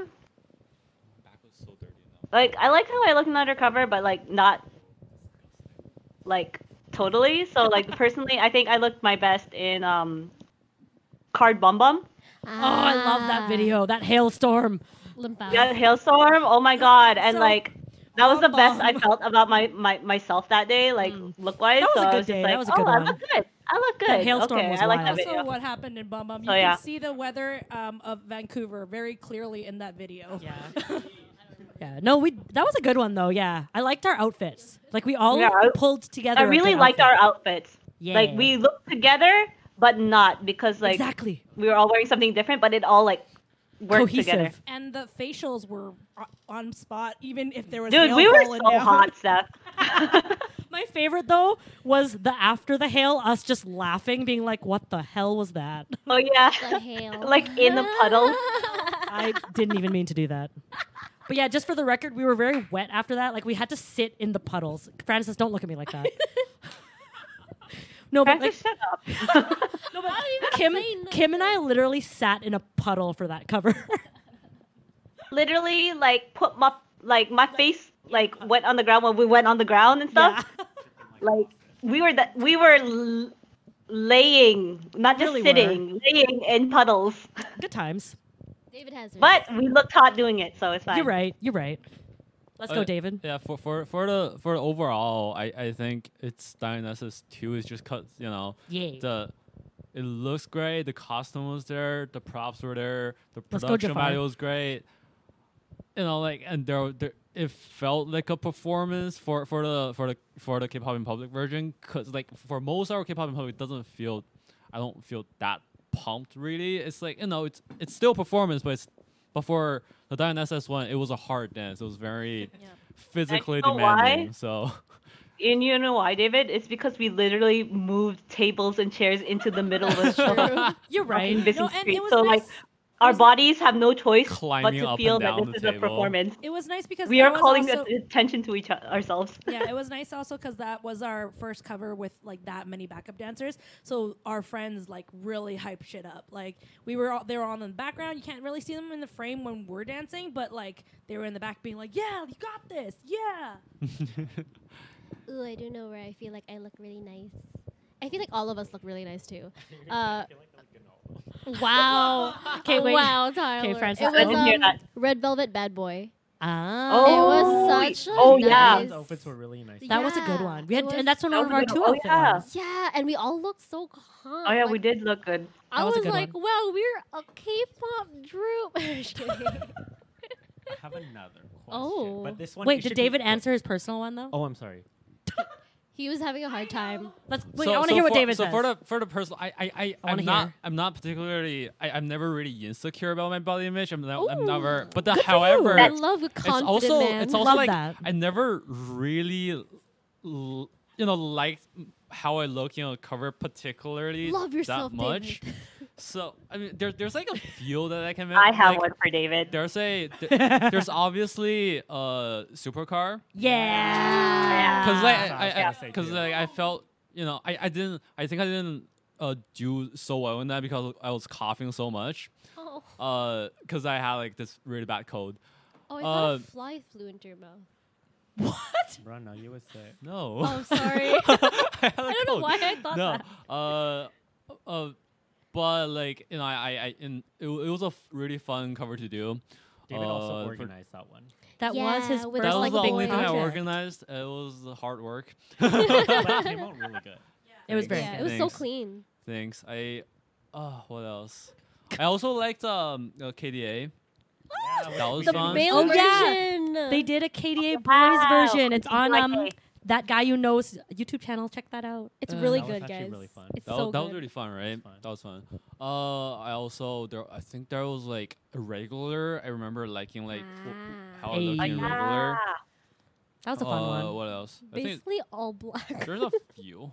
Speaker 1: like I like how I look in undercover, but like not like totally. So like personally, I think I looked my best in um Card Bum Bum.
Speaker 2: Oh, I love
Speaker 3: Ah,
Speaker 1: Ah.
Speaker 2: that video. That hailstorm.
Speaker 3: Limpa.
Speaker 1: That hailstorm. Oh my god! And
Speaker 2: So,
Speaker 1: like that was the
Speaker 2: Bum
Speaker 1: best I
Speaker 2: Bum. Mm.
Speaker 1: felt about my, my myself that day. Like look wise,
Speaker 2: That was
Speaker 1: so
Speaker 2: a
Speaker 1: I
Speaker 2: good
Speaker 1: was just
Speaker 2: day.
Speaker 1: like,
Speaker 2: That was a good
Speaker 1: oh,
Speaker 2: one.
Speaker 1: I look good. I look good.
Speaker 2: That hailstorm
Speaker 1: okay,
Speaker 2: was
Speaker 1: I like
Speaker 2: wild.
Speaker 1: that
Speaker 4: Also,
Speaker 1: video.
Speaker 4: what happened in Bum Bum? You
Speaker 1: So,
Speaker 4: can
Speaker 1: yeah.
Speaker 4: see the weather um, of Vancouver very clearly in that video.
Speaker 2: Yeah. yeah. No, we that was a good one though. Yeah. I liked our outfits. Like we all
Speaker 1: Yeah, I-
Speaker 2: pulled together.
Speaker 1: I
Speaker 2: a good
Speaker 1: really liked our
Speaker 2: outfit.
Speaker 1: outfits.
Speaker 2: Yeah.
Speaker 1: Like we looked together, but not because like
Speaker 2: Exactly.
Speaker 1: we were all wearing something different, but it all like worked
Speaker 2: Cohesive.
Speaker 1: together.
Speaker 4: And the facials were o- on spot, even if there was
Speaker 1: Dude,
Speaker 4: hail
Speaker 1: we were
Speaker 4: falling
Speaker 1: so
Speaker 4: down.
Speaker 1: hot, Steph.
Speaker 2: My favorite though was the after the hail, us just laughing, being like, What the hell was that?
Speaker 1: Oh yeah.
Speaker 3: The hail.
Speaker 1: like in the puddle.
Speaker 2: I didn't even mean to do that. But yeah, just for the record, we were very wet after that. Like we had to sit in the puddles. Francis, don't look at me like that. no, but like,
Speaker 1: Francis, shut up.
Speaker 2: no, but
Speaker 3: even
Speaker 2: Kim,
Speaker 3: say nothing.
Speaker 2: Kim and I literally sat in a puddle for that cover.
Speaker 1: Literally, like put my like my face like went on the ground when we went on the ground and stuff. Like we were that we were l- laying, not just
Speaker 2: Really were.
Speaker 1: sitting, laying in puddles.
Speaker 2: Good times.
Speaker 3: David has it.
Speaker 1: But we looked hot doing it, so it's fine.
Speaker 2: You're right. You're right. Let's go,
Speaker 6: Uh,
Speaker 2: David.
Speaker 6: Yeah, for for for the for the overall, I I think it's Dionysus two is just cause you know
Speaker 2: Yay.
Speaker 6: the it looks great, the costume was there, the props were there, the
Speaker 2: Let's go,
Speaker 6: production
Speaker 2: Jafar.
Speaker 6: value was great. You know, like and there there it felt like a performance for for the for the for the K-pop in public version because like for most our K-pop in public doesn't feel I don't feel that pumped really. It's like you know it's it's still performance, but it's but for the Dionysus one, it was a hard dance. It was very physically
Speaker 1: know why?
Speaker 6: demanding. So
Speaker 1: And you know why, David? It's because we literally moved tables and chairs into the middle of the show.
Speaker 2: You're right.
Speaker 1: fucking busy
Speaker 4: No, and
Speaker 1: street.
Speaker 4: it was
Speaker 1: so like
Speaker 4: nice.
Speaker 1: our bodies have no choice but
Speaker 6: Climbing up
Speaker 1: to
Speaker 6: and
Speaker 1: feel that
Speaker 6: down
Speaker 1: this
Speaker 6: the
Speaker 1: is a
Speaker 6: table.
Speaker 1: performance.
Speaker 4: It was nice because
Speaker 1: We are
Speaker 4: that was
Speaker 1: calling
Speaker 4: also-
Speaker 1: attention to each o- ourselves.
Speaker 4: yeah, it was nice also because that was our first cover with like that many backup dancers. So our friends like really hype shit up. Like we were all they were all in the background. You can't really see them in the frame when we're dancing, but like they were in the back being like, "Yeah, you got this. Yeah."
Speaker 3: Ooh, I do know where I feel like I look really nice. I feel like all of us look really nice too. Uh, wow.
Speaker 2: Okay, wait.
Speaker 3: Oh, Wow, Tyler.
Speaker 2: Francis,
Speaker 3: It
Speaker 1: I
Speaker 3: was
Speaker 1: didn't hear
Speaker 3: um,
Speaker 1: that.
Speaker 3: Red Velvet Bad Boy.
Speaker 2: Ah.
Speaker 3: it
Speaker 1: Oh,
Speaker 3: was such a
Speaker 1: oh, yeah.
Speaker 3: nice.
Speaker 5: The outfits were really nice.
Speaker 2: that was a good
Speaker 3: yeah,
Speaker 2: one. We
Speaker 3: it
Speaker 2: had,
Speaker 3: was-
Speaker 2: and that's when
Speaker 1: That
Speaker 2: one of
Speaker 1: was
Speaker 2: our
Speaker 1: a good
Speaker 2: two
Speaker 1: one. Oh,
Speaker 2: outfit
Speaker 1: yeah.
Speaker 2: ones.
Speaker 3: Yeah, and we all looked so calm.
Speaker 1: Oh yeah,
Speaker 3: Like,
Speaker 1: we did look good.
Speaker 3: I
Speaker 2: That was
Speaker 3: was,
Speaker 2: a good
Speaker 3: like, wow, we're a K-pop group. Just kidding.
Speaker 5: I have another question.
Speaker 3: Oh.
Speaker 5: But this one it
Speaker 2: Wait, did
Speaker 5: should be-
Speaker 2: David answer his personal one though?
Speaker 5: Oh, I'm sorry.
Speaker 3: he was having a hard time.
Speaker 2: Let's wait.
Speaker 6: So-
Speaker 2: I want to
Speaker 6: so
Speaker 2: hear what
Speaker 6: for-
Speaker 2: David
Speaker 6: so
Speaker 2: says.
Speaker 6: for the for the personal, I I I
Speaker 2: wanna
Speaker 6: I'm not
Speaker 2: hear.
Speaker 6: I'm not particularly I I'm never really insecure about my body image. I'm not, I'm
Speaker 3: Ooh.
Speaker 6: never. But the
Speaker 2: you.
Speaker 6: however,
Speaker 3: I love a
Speaker 6: it's
Speaker 3: confident
Speaker 6: also
Speaker 3: man.
Speaker 6: it's also
Speaker 2: Love
Speaker 6: like
Speaker 2: that.
Speaker 6: I never really l- you know liked how I look in a cover particularly
Speaker 3: Love yourself,
Speaker 6: that much.
Speaker 3: David.
Speaker 6: So I mean, there, there's like a feel that I can.
Speaker 1: I have
Speaker 6: like,
Speaker 1: one for David.
Speaker 6: There's a th- there's obviously a supercar
Speaker 2: yeah.
Speaker 6: because like
Speaker 5: That's what I was
Speaker 6: I
Speaker 5: gonna say,
Speaker 6: because
Speaker 5: too.
Speaker 6: like I felt you know I, I didn't I think I didn't uh do so well in that because I was coughing so much
Speaker 3: Oh,
Speaker 6: uh because I had like this really bad cold.
Speaker 3: oh, I thought
Speaker 6: Uh,
Speaker 3: a fly flew into your mouth.
Speaker 5: Bro, no, you would say.
Speaker 6: No,
Speaker 3: Oh, sorry.
Speaker 6: I
Speaker 3: I don't know why I thought
Speaker 6: No,
Speaker 3: that.
Speaker 6: uh, uh, but like you know I I, I in it, w- it was a f- really fun cover to do.
Speaker 5: David
Speaker 6: Uh,
Speaker 5: also
Speaker 6: for-
Speaker 5: organized that one.
Speaker 2: That was
Speaker 3: Yeah,
Speaker 2: his first
Speaker 3: with
Speaker 6: That
Speaker 2: like
Speaker 6: was the
Speaker 2: big
Speaker 6: only thing I
Speaker 2: project.
Speaker 6: organized. It was hard work.
Speaker 5: but it came out really good.
Speaker 2: It was very
Speaker 3: yeah,
Speaker 2: good.
Speaker 3: it was so
Speaker 6: Thanks.
Speaker 3: clean.
Speaker 6: things. I, oh, what else? I also liked um uh, KDA. that was
Speaker 3: The
Speaker 6: fun.
Speaker 3: male
Speaker 2: Oh, yeah.
Speaker 3: version.
Speaker 2: They did a KDA boys
Speaker 1: Wow.
Speaker 2: version. It's on
Speaker 1: Like
Speaker 2: um
Speaker 1: a-
Speaker 2: that guy you know's YouTube channel. Check that out.
Speaker 3: It's
Speaker 2: Uh,
Speaker 3: really
Speaker 5: that was
Speaker 3: good,
Speaker 5: actually
Speaker 3: guys.
Speaker 5: really fun.
Speaker 3: It's
Speaker 6: that,
Speaker 3: so
Speaker 6: was, that
Speaker 3: good.
Speaker 6: was really fun, right?
Speaker 5: fun.
Speaker 6: That was fun. Uh, I also there. I think there was like irregular. I remember liking like w- how I looked
Speaker 2: Hey.
Speaker 6: in
Speaker 2: Oh,
Speaker 1: Yeah.
Speaker 6: irregular.
Speaker 2: That Mm. was a fun
Speaker 6: uh,
Speaker 2: one.
Speaker 6: What else? I think
Speaker 3: Basically all black.
Speaker 6: there's a few.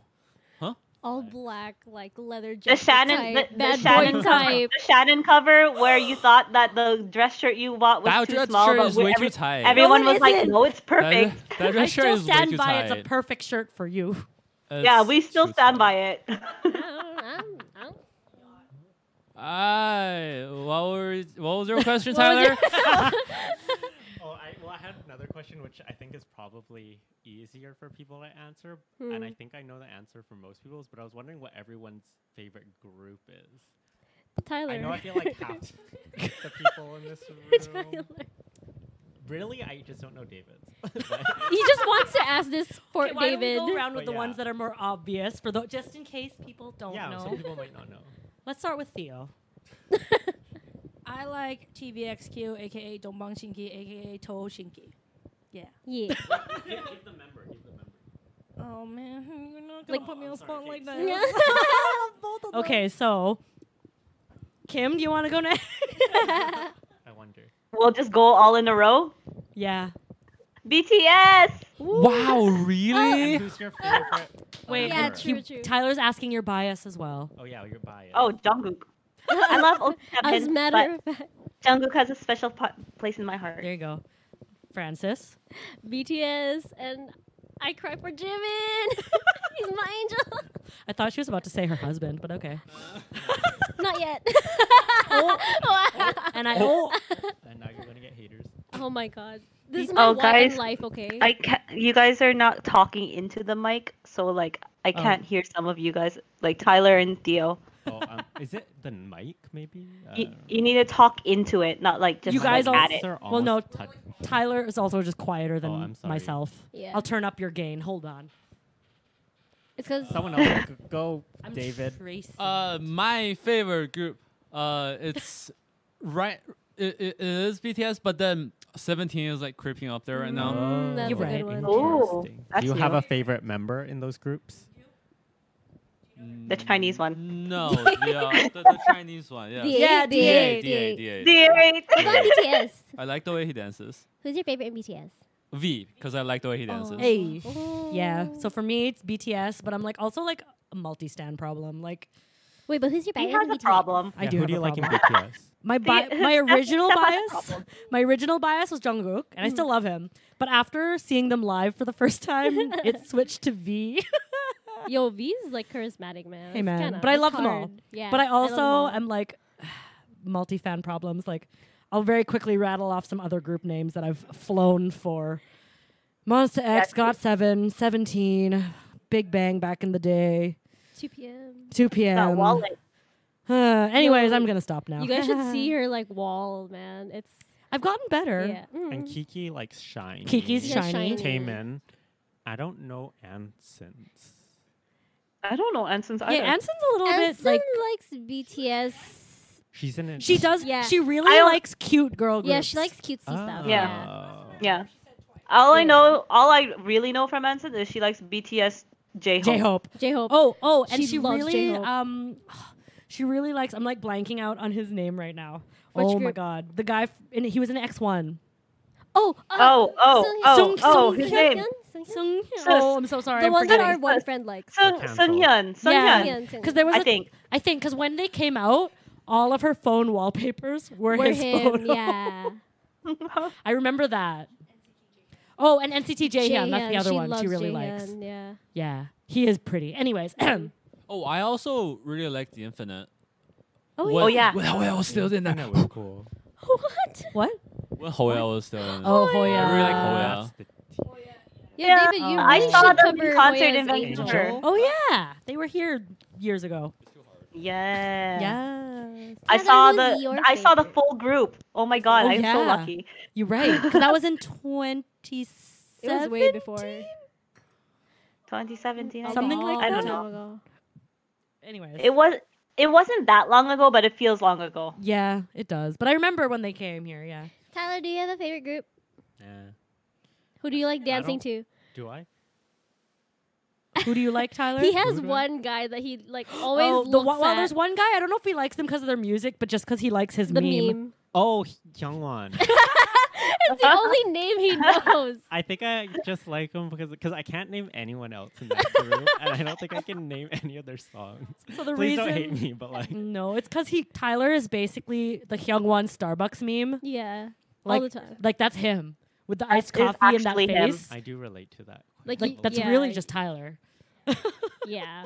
Speaker 3: all black, like leather
Speaker 1: The
Speaker 3: jacket
Speaker 1: Shannon, the,
Speaker 3: type,
Speaker 1: the
Speaker 3: bad boy
Speaker 1: Shannon cover,
Speaker 3: type.
Speaker 1: the Shannon cover, where you thought that the dress shirt you bought was
Speaker 6: That
Speaker 1: too
Speaker 6: dress
Speaker 1: small,
Speaker 6: shirt
Speaker 1: but
Speaker 6: is
Speaker 1: we-
Speaker 6: way
Speaker 1: every-
Speaker 6: too tight.
Speaker 1: everyone
Speaker 3: No, it
Speaker 1: was like,
Speaker 3: isn't.
Speaker 1: "No, it's
Speaker 6: That dre-
Speaker 1: perfect."
Speaker 6: That
Speaker 2: I
Speaker 6: dress shirt
Speaker 2: still
Speaker 6: is way
Speaker 2: stand
Speaker 6: too
Speaker 2: by.
Speaker 6: tight.
Speaker 2: It's a perfect shirt for you.
Speaker 1: yeah,
Speaker 6: It's
Speaker 1: we still
Speaker 6: too
Speaker 1: stand
Speaker 6: tight.
Speaker 1: by it.
Speaker 6: Aye, what were what was your question, Tyler?
Speaker 5: Oh, I, well, I had another question, which I think is probably easier for people to answer,
Speaker 3: Hmm.
Speaker 5: and I think I know the answer for most people's. But I was wondering what everyone's favorite group is.
Speaker 3: Tyler.
Speaker 5: I know I feel like half the people in this room.
Speaker 3: Tyler.
Speaker 5: Really, I just don't know David's. But-
Speaker 3: He just wants to ask this for
Speaker 2: Okay, why don't we
Speaker 3: David.
Speaker 2: go around with
Speaker 5: But
Speaker 2: the
Speaker 5: Oh, yeah.
Speaker 2: ones that are more obvious for the, just in case people don't
Speaker 5: yeah,
Speaker 2: know.
Speaker 5: some people might not know.
Speaker 2: Let's start with Theo.
Speaker 4: I like TVXQ, aka Dongbang Shinki, aka Toho Shinki. Yeah.
Speaker 3: Yeah.
Speaker 5: give, give the member. Give the member.
Speaker 4: Oh man, you're not gonna
Speaker 3: Like-
Speaker 4: put me
Speaker 5: Oh,
Speaker 4: on
Speaker 5: I'm
Speaker 4: spot
Speaker 5: sorry,
Speaker 4: like that.
Speaker 5: okay.
Speaker 3: Yeah.
Speaker 2: Okay, so Kim, do you want to go next?
Speaker 5: I wonder.
Speaker 1: We'll just go all in a row.
Speaker 2: yeah.
Speaker 1: BTS.
Speaker 6: wow,
Speaker 5: And
Speaker 6: really?
Speaker 5: who's your favorite?
Speaker 2: Wait,
Speaker 3: Yeah,
Speaker 5: member?
Speaker 3: true, true.
Speaker 2: Tyler's asking your bias as well.
Speaker 5: Oh yeah, you're biased.
Speaker 1: Oh, Jungkook. I love
Speaker 3: As a
Speaker 1: Ultimate,
Speaker 3: matter
Speaker 1: but
Speaker 3: of fact,
Speaker 1: Jungkook has a special po- place in my heart.
Speaker 2: There you go. Francis.
Speaker 3: BTS and I cry for Jimin. He's my angel.
Speaker 2: I thought she was about to say her husband, but okay.
Speaker 3: Not yet.
Speaker 2: Oh.
Speaker 3: Wow.
Speaker 2: And I oh,
Speaker 5: And now you're gonna get haters.
Speaker 3: Oh my god. This is
Speaker 1: Oh,
Speaker 3: my walk in
Speaker 1: guys.
Speaker 3: life, okay?
Speaker 1: I can't, you guys are not talking into the mic, so like I
Speaker 2: Oh.
Speaker 1: can't hear some of you guys, like Tyler and Theo.
Speaker 5: Oh, um, is it the mic? Maybe. Uh, I
Speaker 1: You,
Speaker 5: don't know.
Speaker 1: you need to talk into it, not like just
Speaker 2: Oh. You guys
Speaker 1: like,
Speaker 2: all-
Speaker 1: at it.
Speaker 5: Are
Speaker 2: Well, no,
Speaker 5: almost touch-
Speaker 2: Tyler is also just quieter than
Speaker 5: Oh, I'm sorry.
Speaker 2: myself.
Speaker 3: Yeah.
Speaker 2: I'll turn up your gain. Hold on.
Speaker 3: it's because
Speaker 5: Someone else g- go,
Speaker 2: I'm
Speaker 5: David.
Speaker 2: tracing.
Speaker 6: Uh, my favorite group. Uh, it's right. It, it, it is BTS, but then Seventeen is like creeping up there right now.
Speaker 3: that's
Speaker 2: You're
Speaker 3: a good
Speaker 2: right.
Speaker 3: one.
Speaker 1: Ooh,
Speaker 5: Um, Interesting.
Speaker 1: that's
Speaker 5: Do you have
Speaker 1: you.
Speaker 5: a favorite member in those groups?
Speaker 1: Mm. The Chinese one.
Speaker 6: No, the, uh, the, the Chinese one. Yeah.
Speaker 3: The
Speaker 2: Yeah,
Speaker 3: eight, the
Speaker 6: DA,
Speaker 3: eight,
Speaker 6: DA,
Speaker 3: the eight.
Speaker 6: DA.
Speaker 1: Dear-
Speaker 3: What about BTS?
Speaker 6: I like the way he dances.
Speaker 3: Who's your favorite in BTS?
Speaker 6: V, because I like the way he dances.
Speaker 2: Hey.
Speaker 3: Oh.
Speaker 2: Yeah. So for me, it's BTS, but I'm like also like a multi-stand problem. Like
Speaker 3: Wait, but who's your
Speaker 1: He
Speaker 3: favorite?
Speaker 1: has
Speaker 3: in
Speaker 1: a
Speaker 3: BTS?
Speaker 1: problem.
Speaker 2: I
Speaker 5: Yeah,
Speaker 2: do.
Speaker 5: Who
Speaker 2: have
Speaker 5: do you
Speaker 2: a
Speaker 5: like in
Speaker 2: problem.
Speaker 5: BTS?
Speaker 2: My bi-
Speaker 1: The-
Speaker 2: my
Speaker 1: that's
Speaker 2: original
Speaker 1: the other
Speaker 2: bias.
Speaker 1: problem.
Speaker 2: My original bias was Jungkook, and I still love him. But after seeing them live for the first time, it switched to V.
Speaker 3: Yo, V's like charismatic, man.
Speaker 2: Hey,
Speaker 3: It's
Speaker 2: man.
Speaker 3: kinda-
Speaker 2: But I
Speaker 3: it's
Speaker 2: love them all.
Speaker 3: hard. Yeah.
Speaker 2: but I
Speaker 3: love them all.
Speaker 2: also am like multi fan problems. Like I'll very quickly rattle off some other group names that I've flown for. Monster X, Got Seven, Seventeen, Big Bang back in the day,
Speaker 3: 2 p.m.
Speaker 2: Two
Speaker 1: That
Speaker 2: PM.
Speaker 1: wallet.
Speaker 2: Uh, anyways,
Speaker 3: No.
Speaker 2: I'm gonna stop now.
Speaker 3: You guys should see her like wall, man. It's
Speaker 2: I've gotten better.
Speaker 3: yeah.
Speaker 5: And
Speaker 3: Mm.
Speaker 5: Kiki likes shiny.
Speaker 2: Kiki's
Speaker 3: Yeah,
Speaker 2: shiny.
Speaker 3: shiny.
Speaker 5: Taemin. I don't know Anson's.
Speaker 1: I don't know Anson's either.
Speaker 2: Yeah, Anson's a little
Speaker 3: Anson
Speaker 2: bit like
Speaker 3: likes BTS.
Speaker 5: She's in it.
Speaker 2: she does.
Speaker 3: Yeah.
Speaker 2: She really
Speaker 1: I-
Speaker 2: likes cute girl groups.
Speaker 3: Yeah, she likes cutesy
Speaker 2: Ah.
Speaker 3: stuff.
Speaker 1: Yeah.
Speaker 5: Oh.
Speaker 1: yeah. All I
Speaker 3: Yeah.
Speaker 1: know, all I really know from Anson is she likes BTS J-Hope.
Speaker 2: J Hope.
Speaker 3: J Hope.
Speaker 2: Oh, oh, and she,
Speaker 3: She loves
Speaker 2: really
Speaker 3: J-Hope.
Speaker 2: um she really likes I'm like blanking out on his name right now.
Speaker 3: Which
Speaker 2: oh my
Speaker 3: group?
Speaker 2: god. The guy f- and he was in X1.
Speaker 3: Oh,
Speaker 1: Oh, oh, oh,
Speaker 2: Sung-
Speaker 1: oh,
Speaker 2: Sung
Speaker 1: his
Speaker 3: Hyun?
Speaker 1: name.
Speaker 3: Sung Hyun?
Speaker 2: Sung
Speaker 1: Sus.
Speaker 2: Oh, I'm so sorry.
Speaker 3: The
Speaker 2: I'm
Speaker 3: one that
Speaker 2: forgetting.
Speaker 3: our one friend likes.
Speaker 1: Sun,
Speaker 5: Cancel.
Speaker 1: Sunhyun.
Speaker 2: Yeah.
Speaker 1: Sunhyun.
Speaker 3: Hyun, Sung
Speaker 2: Cuz there was
Speaker 1: I
Speaker 2: a-
Speaker 1: think.
Speaker 2: I think cuz when they came out all of her phone wallpapers were,
Speaker 3: Were
Speaker 2: his
Speaker 3: him,
Speaker 2: photos.
Speaker 3: yeah.
Speaker 2: I remember that. Oh, and NCT Jaehyun, that's the
Speaker 3: Jaehyun,
Speaker 2: other one she
Speaker 3: loves
Speaker 2: really likes.
Speaker 3: Jaehyun, Yeah.
Speaker 2: Yeah. He is pretty. Anyways,
Speaker 6: Oh, I also really like the Infinite.
Speaker 3: Oh,
Speaker 6: When-
Speaker 1: Oh, yeah.
Speaker 6: When Hoel was still in
Speaker 5: I
Speaker 6: there.
Speaker 5: know it's cool.
Speaker 3: What?
Speaker 2: what?
Speaker 6: When Hoel was still in
Speaker 2: Oh, Hoya.
Speaker 6: I really like Hoya.
Speaker 5: That's the
Speaker 3: Yeah,
Speaker 1: Yeah,
Speaker 3: David, you
Speaker 2: um,
Speaker 1: I
Speaker 3: really
Speaker 1: saw
Speaker 3: should
Speaker 1: them in
Speaker 3: cover
Speaker 1: concert
Speaker 3: Hoya's
Speaker 1: in
Speaker 3: Angel.
Speaker 5: Vancouver.
Speaker 2: Oh yeah. They were here years ago.
Speaker 1: Yeah.
Speaker 2: Yeah.
Speaker 1: I
Speaker 3: Heather,
Speaker 1: saw
Speaker 3: who's
Speaker 1: the
Speaker 3: your
Speaker 1: I saw the
Speaker 3: favorite?
Speaker 1: full group. Oh my god,
Speaker 2: Oh,
Speaker 1: I'm so
Speaker 2: yeah.
Speaker 1: lucky.
Speaker 2: You're right. Because that was in 2017.
Speaker 3: It was way before.
Speaker 1: 2017. I
Speaker 2: Something
Speaker 1: think.
Speaker 2: like
Speaker 1: I don't
Speaker 2: that.
Speaker 1: know.
Speaker 2: Anyways.
Speaker 1: It was it wasn't that long ago, but it feels long ago.
Speaker 2: yeah, it does. But I remember when they came here, yeah.
Speaker 3: Tyler, do you have a favorite group?
Speaker 5: Eh.
Speaker 3: Who do you like dancing
Speaker 5: don't-
Speaker 3: to?
Speaker 5: do I?
Speaker 2: Who do you like, Tyler?
Speaker 3: He has
Speaker 5: Who do I-
Speaker 3: one guy that he like always
Speaker 2: oh, the,
Speaker 3: looks
Speaker 2: one-
Speaker 3: at.
Speaker 2: well, there's one guy. I don't know if he likes them because of their music, but just because he likes his
Speaker 3: the meme.
Speaker 5: Oh, Hyungwon.
Speaker 3: It's the only name he knows.
Speaker 5: I think I just like him because because I can't name anyone else in that group, and I don't think I can name any of their songs.
Speaker 2: So the
Speaker 5: Please
Speaker 2: reason
Speaker 5: don't hate me, but like,
Speaker 2: No, it's because he Tyler is basically the Hyungwon Starbucks meme.
Speaker 3: Yeah,
Speaker 2: Like,
Speaker 3: all the time.
Speaker 2: like that's him with the iced
Speaker 1: is
Speaker 2: coffee and that
Speaker 1: actually him.
Speaker 2: face.
Speaker 5: I do relate to that. quite a
Speaker 3: Like, y-
Speaker 2: Like
Speaker 5: little
Speaker 2: that's
Speaker 5: bit.
Speaker 3: yeah,
Speaker 2: really
Speaker 3: like-
Speaker 2: just Tyler.
Speaker 3: Yeah,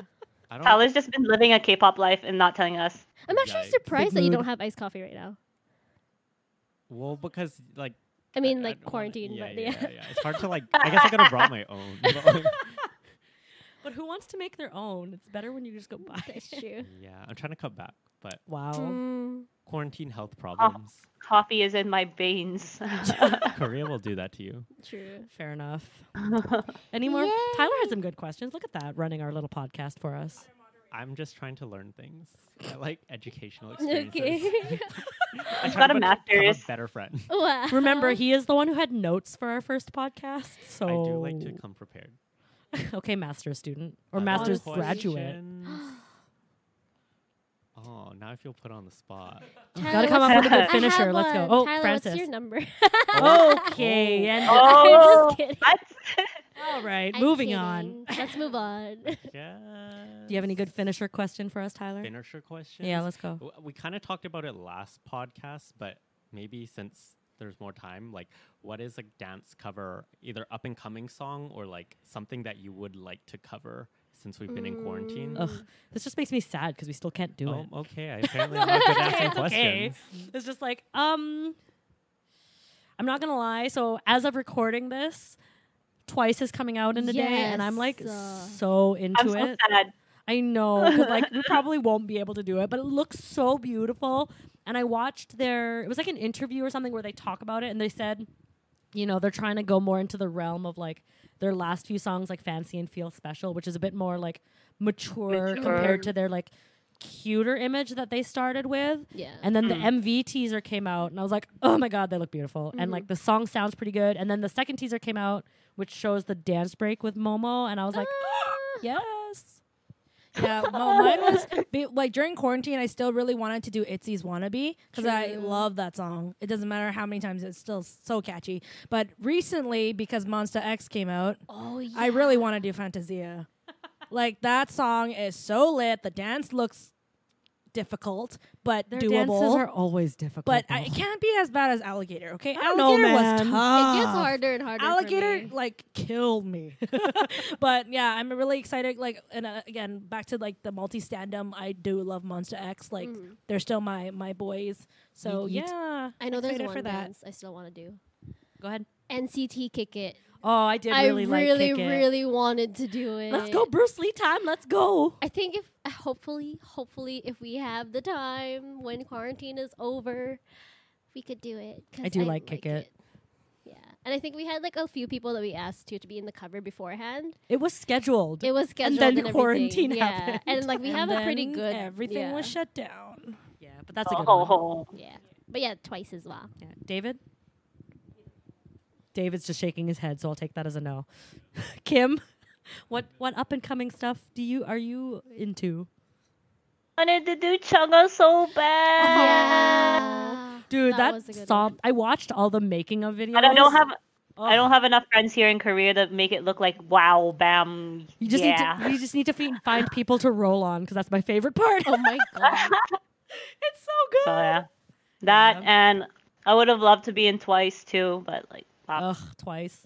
Speaker 5: I
Speaker 2: Oh.
Speaker 5: don't.
Speaker 1: Tyler's just been living a K-pop life and not telling us.
Speaker 3: I'm actually
Speaker 5: Yikes.
Speaker 3: surprised that you
Speaker 2: mood.
Speaker 3: don't have iced coffee right now.
Speaker 5: Well, because like
Speaker 3: I mean,
Speaker 5: I
Speaker 3: like
Speaker 5: don't wanna-
Speaker 3: quarantine,
Speaker 5: yeah,
Speaker 3: but
Speaker 5: yeah,
Speaker 3: yeah.
Speaker 5: yeah, yeah. It's hard to like. I guess I could have brought my own. but, like,
Speaker 2: But who wants to make their own? It's better when you just go buy.
Speaker 3: That's true.
Speaker 5: yeah, I'm trying to cut back, but
Speaker 2: Wow.
Speaker 3: Mm.
Speaker 5: quarantine health
Speaker 1: Oh.
Speaker 5: problems.
Speaker 1: Coffee is in my veins.
Speaker 5: Korea will do that to you.
Speaker 3: True.
Speaker 2: Fair enough. Any more? Tyler had some good questions. Look at that, running our little podcast for us.
Speaker 5: I'm just trying to learn things. I like educational experiences.
Speaker 3: Okay.
Speaker 5: I
Speaker 1: He's
Speaker 5: try
Speaker 1: got a
Speaker 5: to bec- become
Speaker 1: master's.
Speaker 5: A better friend.
Speaker 3: wow.
Speaker 2: Remember, he is the one who had notes for our first podcast. So
Speaker 5: I do like to come prepared.
Speaker 2: okay, master's student or
Speaker 5: Other
Speaker 2: master's
Speaker 3: Honestly.
Speaker 2: graduate.
Speaker 5: questions? oh, now I feel put on the spot.
Speaker 3: Tyler,
Speaker 2: Gotta come
Speaker 3: what's-
Speaker 2: up with a
Speaker 1: I
Speaker 2: good
Speaker 1: have
Speaker 2: finisher. Let's go.
Speaker 3: one.
Speaker 2: Oh,
Speaker 3: Tyler,
Speaker 2: Francis.
Speaker 3: what's your number?
Speaker 2: okay,
Speaker 5: Oh.
Speaker 2: and
Speaker 1: oh,
Speaker 3: I'm just kidding.
Speaker 1: what?
Speaker 2: all right,
Speaker 3: I'm
Speaker 2: moving
Speaker 3: kidding.
Speaker 2: on.
Speaker 3: Let's move on.
Speaker 5: Yeah.
Speaker 2: Do you have any good finisher question for us, Tyler?
Speaker 5: finisher questions?
Speaker 2: Yeah, let's go.
Speaker 5: W- We kind of talked about it last podcast, but maybe since there's more time, like what is a dance cover, either up and coming song or like something that you would like to cover since we've been in quarantine?
Speaker 2: Ugh, this just makes me sad because we still can't do
Speaker 5: Oh,
Speaker 2: it.
Speaker 5: okay. I apparently am not good at asking
Speaker 2: it's okay.
Speaker 5: questions.
Speaker 2: It's just like, um, I'm not gonna lie. So as of recording this, Twice is coming out in a day, and I'm like
Speaker 3: Yes, uh,
Speaker 2: so into
Speaker 1: I'm so
Speaker 2: it.
Speaker 1: sad.
Speaker 2: I know, because like we probably won't be able to do it, but it looks so beautiful. And I watched their it was like an interview or something where they talk about it, and they said, you know, they're trying to go more into the realm of like their last few songs, like "Fancy" and "Feel Special," which is a bit more like
Speaker 1: Mature.
Speaker 2: mature compared to their like cuter image that they started with.
Speaker 3: Yeah.
Speaker 2: And then the MV teaser came out, and I was like, oh my God, they look beautiful. And like the song sounds pretty good. And then the second teaser came out, which shows the dance break with Momo, and I was like, yes.
Speaker 4: Yeah, well, mine was be, like during quarantine. I still really wanted to do Itzy's "Wannabe" because I
Speaker 3: True.
Speaker 4: love that song. It doesn't matter how many times; it's still so catchy. But recently, because Monsta X came out,
Speaker 3: oh yeah.
Speaker 4: I really want to do Fantasia. like that song is so lit. The dance looks difficult but
Speaker 2: Their dances
Speaker 4: doable.
Speaker 2: are always difficult.
Speaker 4: but I,
Speaker 2: I
Speaker 4: it can't be as bad as Alligator. Okay,
Speaker 2: don't know,
Speaker 4: Alligator
Speaker 2: man. Ah,
Speaker 4: was
Speaker 2: It gets
Speaker 4: tough.
Speaker 3: It gets harder and harder. for
Speaker 4: Alligator
Speaker 3: me.
Speaker 4: like killed me. but yeah, I'm really excited. Like, and uh, again, back to like the multi standum. I do love Monster X. Like,
Speaker 3: Mhm.
Speaker 4: they're still my my boys. So
Speaker 2: Yeet.
Speaker 4: yeah,
Speaker 3: I know there's
Speaker 4: excited
Speaker 3: one
Speaker 4: for that.
Speaker 3: dance I still want to do.
Speaker 2: Go ahead.
Speaker 3: NCT Kick It.
Speaker 2: Oh, I did really
Speaker 3: I really,
Speaker 2: like Kick It.
Speaker 3: really wanted to do it.
Speaker 2: Let's go, Bruce Lee time. Let's go.
Speaker 3: I think if uh, hopefully, hopefully, if we have the time when quarantine is over, we could do it. 'cause
Speaker 2: I do like Kick It.
Speaker 3: Yeah, and I think we had like a few people that we asked to to be in the cover beforehand.
Speaker 2: It was scheduled.
Speaker 3: It was
Speaker 2: And
Speaker 3: scheduled,
Speaker 2: then
Speaker 3: everything.
Speaker 2: quarantine
Speaker 3: yeah.
Speaker 2: happened.
Speaker 3: And like we
Speaker 4: And
Speaker 3: have a pretty
Speaker 4: then
Speaker 3: good
Speaker 4: Everything
Speaker 3: yeah.
Speaker 4: was shut down.
Speaker 2: yeah, but that's a
Speaker 1: Oh,
Speaker 2: good one.
Speaker 1: oh, oh.
Speaker 3: Yeah, but yeah, twice as well.
Speaker 2: Yeah. David? David's just shaking his head, so I'll take that as a no. Kim, what what up and coming stuff do you are you into?
Speaker 1: I wanted to do Chunga so bad.
Speaker 3: Yeah.
Speaker 2: Dude,
Speaker 3: That
Speaker 2: that,
Speaker 3: was a good
Speaker 2: song
Speaker 3: one.
Speaker 2: I watched all the making of videos.
Speaker 1: I don't know how.
Speaker 2: Oh,
Speaker 1: I don't have enough friends here in Korea to make it look like wow, bam.
Speaker 2: you just
Speaker 1: yeah.
Speaker 2: need to you just need to fe- find people to roll on because that's my favorite part.
Speaker 3: Oh my god.
Speaker 2: it's so good.
Speaker 1: So Oh, yeah, that
Speaker 2: Yeah.
Speaker 1: and I would have loved to be in twice too, but like, wow.
Speaker 2: Ugh, twice.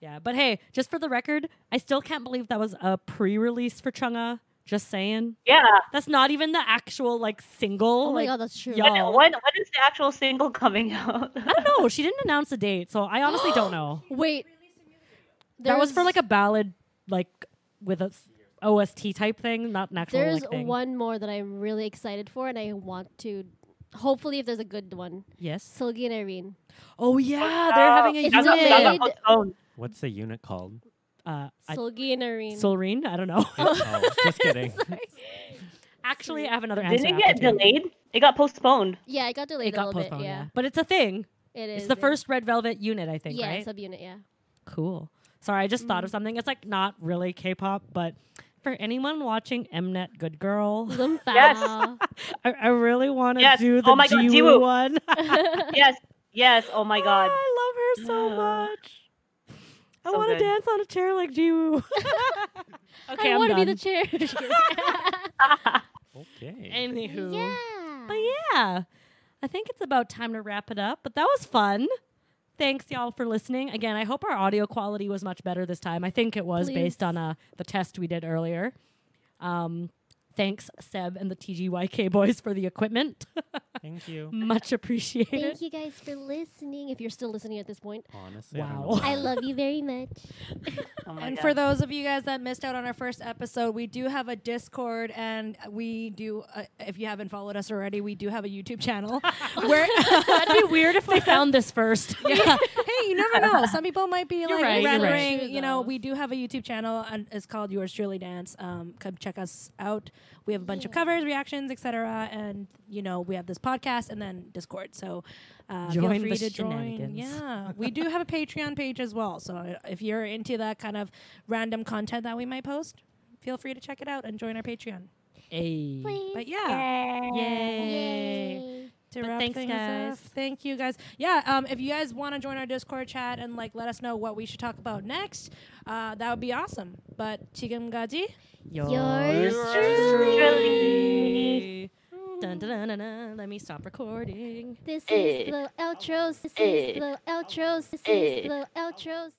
Speaker 2: Yeah, but hey, just for the record, I still can't believe that was a pre-release for Chunga. Just saying,
Speaker 1: yeah.
Speaker 2: that's not even the actual like single.
Speaker 3: Oh my
Speaker 2: like,
Speaker 3: god, that's true.
Speaker 2: y'all-
Speaker 1: When, when when is the actual single coming out?
Speaker 2: I don't know. She didn't announce a date, so I honestly don't know.
Speaker 3: Wait.
Speaker 2: That was for
Speaker 3: There's-
Speaker 2: like a ballad, like with a s- OST type thing, not an actual
Speaker 3: There's
Speaker 2: like, thing.
Speaker 3: one more that I'm really excited for, and I want to. Hopefully, if there's a good one,
Speaker 2: Yes.
Speaker 3: Silgi and Irene.
Speaker 2: Oh yeah, they're having a
Speaker 3: It's
Speaker 1: That got- that
Speaker 2: unit.
Speaker 1: got
Speaker 3: delayed.
Speaker 1: postponed.
Speaker 5: What's the unit called?
Speaker 2: Uh, I-
Speaker 3: Silgi and Irene.
Speaker 2: Solreen. I don't know.
Speaker 5: oh, just kidding.
Speaker 3: Sorry.
Speaker 2: Actually, I have another answer.
Speaker 1: Didn't it get
Speaker 2: after too.
Speaker 1: delayed? It got postponed.
Speaker 3: Yeah, it got delayed
Speaker 2: It
Speaker 3: a
Speaker 2: got
Speaker 3: little bit.
Speaker 2: postponed.
Speaker 3: Yeah.
Speaker 2: But it's a thing.
Speaker 3: It is.
Speaker 2: It's the
Speaker 3: it-
Speaker 2: first Red Velvet unit, I think,
Speaker 3: yeah,
Speaker 2: right?
Speaker 3: subunit, yeah.
Speaker 2: Cool. Sorry, I just thought of
Speaker 3: Mm-hmm.
Speaker 2: something. It's like not really K-pop, but for anyone watching Mnet Good Girl,
Speaker 3: Lumphana.
Speaker 2: I, I really want to
Speaker 1: Yes.
Speaker 2: do the
Speaker 1: Oh my God,
Speaker 2: Jiwoo
Speaker 1: Jiwoo.
Speaker 2: one.
Speaker 1: Yes. Yes. Oh my god.
Speaker 2: I love her so
Speaker 1: Yeah.
Speaker 2: much. I
Speaker 1: So
Speaker 2: want to
Speaker 1: good.
Speaker 2: dance on a chair like Jiwoo. okay,
Speaker 3: I
Speaker 2: am
Speaker 3: want to
Speaker 2: done.
Speaker 3: be the chair.
Speaker 5: Okay.
Speaker 2: Anywho, but
Speaker 3: yeah.
Speaker 2: yeah, I think it's about time to wrap it up. But that was fun. Thanks y'all for listening. Again, I hope our audio quality was much better this time. I think it was
Speaker 3: Please.
Speaker 2: based on uh, the test we did earlier. Um, thanks Seb and the TGYK boys for the equipment.
Speaker 5: Thank you.
Speaker 2: much appreciated.
Speaker 3: Thank you guys for listening. If you're still listening at this point,
Speaker 5: Honestly, I don't know
Speaker 2: Wow.
Speaker 5: why.
Speaker 3: I love you very much.
Speaker 1: Oh my
Speaker 4: And
Speaker 1: god.
Speaker 4: for those of you guys that missed out on our first episode, we do have a Discord, and we do. Uh, if you haven't followed us already, we do have a YouTube channel. where
Speaker 2: That'd be weird if they found this first. Yeah.
Speaker 4: hey, you never know. Some people might be like
Speaker 2: right, you're right.
Speaker 4: rendering.
Speaker 3: True,
Speaker 4: You know,
Speaker 3: though.
Speaker 4: we do have a YouTube channel, and it's called Yours Truly Dance. Um, come check us out. We have a bunch of covers, reactions, etc. And you know, we have this podcast and then Discord. So uh,
Speaker 2: Join
Speaker 4: feel free
Speaker 2: the
Speaker 4: to join.
Speaker 2: shenanigans.
Speaker 4: Yeah, we do have a Patreon page as well. So if you're into that kind of random content that we might post, feel free to check it out and join our Patreon.
Speaker 2: Hey.
Speaker 3: Please.
Speaker 4: But yeah.
Speaker 2: Yay.
Speaker 3: Yay.
Speaker 4: to
Speaker 2: But
Speaker 4: wrap
Speaker 2: thanks,
Speaker 4: things
Speaker 2: guys.
Speaker 4: up. Thank you guys. Yeah, um, if you guys want to join our Discord chat and like let us know what we should talk about next, uh, that would be awesome. But Chigam Gaji.
Speaker 3: Yours
Speaker 2: truly. Dun, dun, dun, dun, dun. Let me stop recording.
Speaker 3: This is the outros. This is the outros. This is the outros.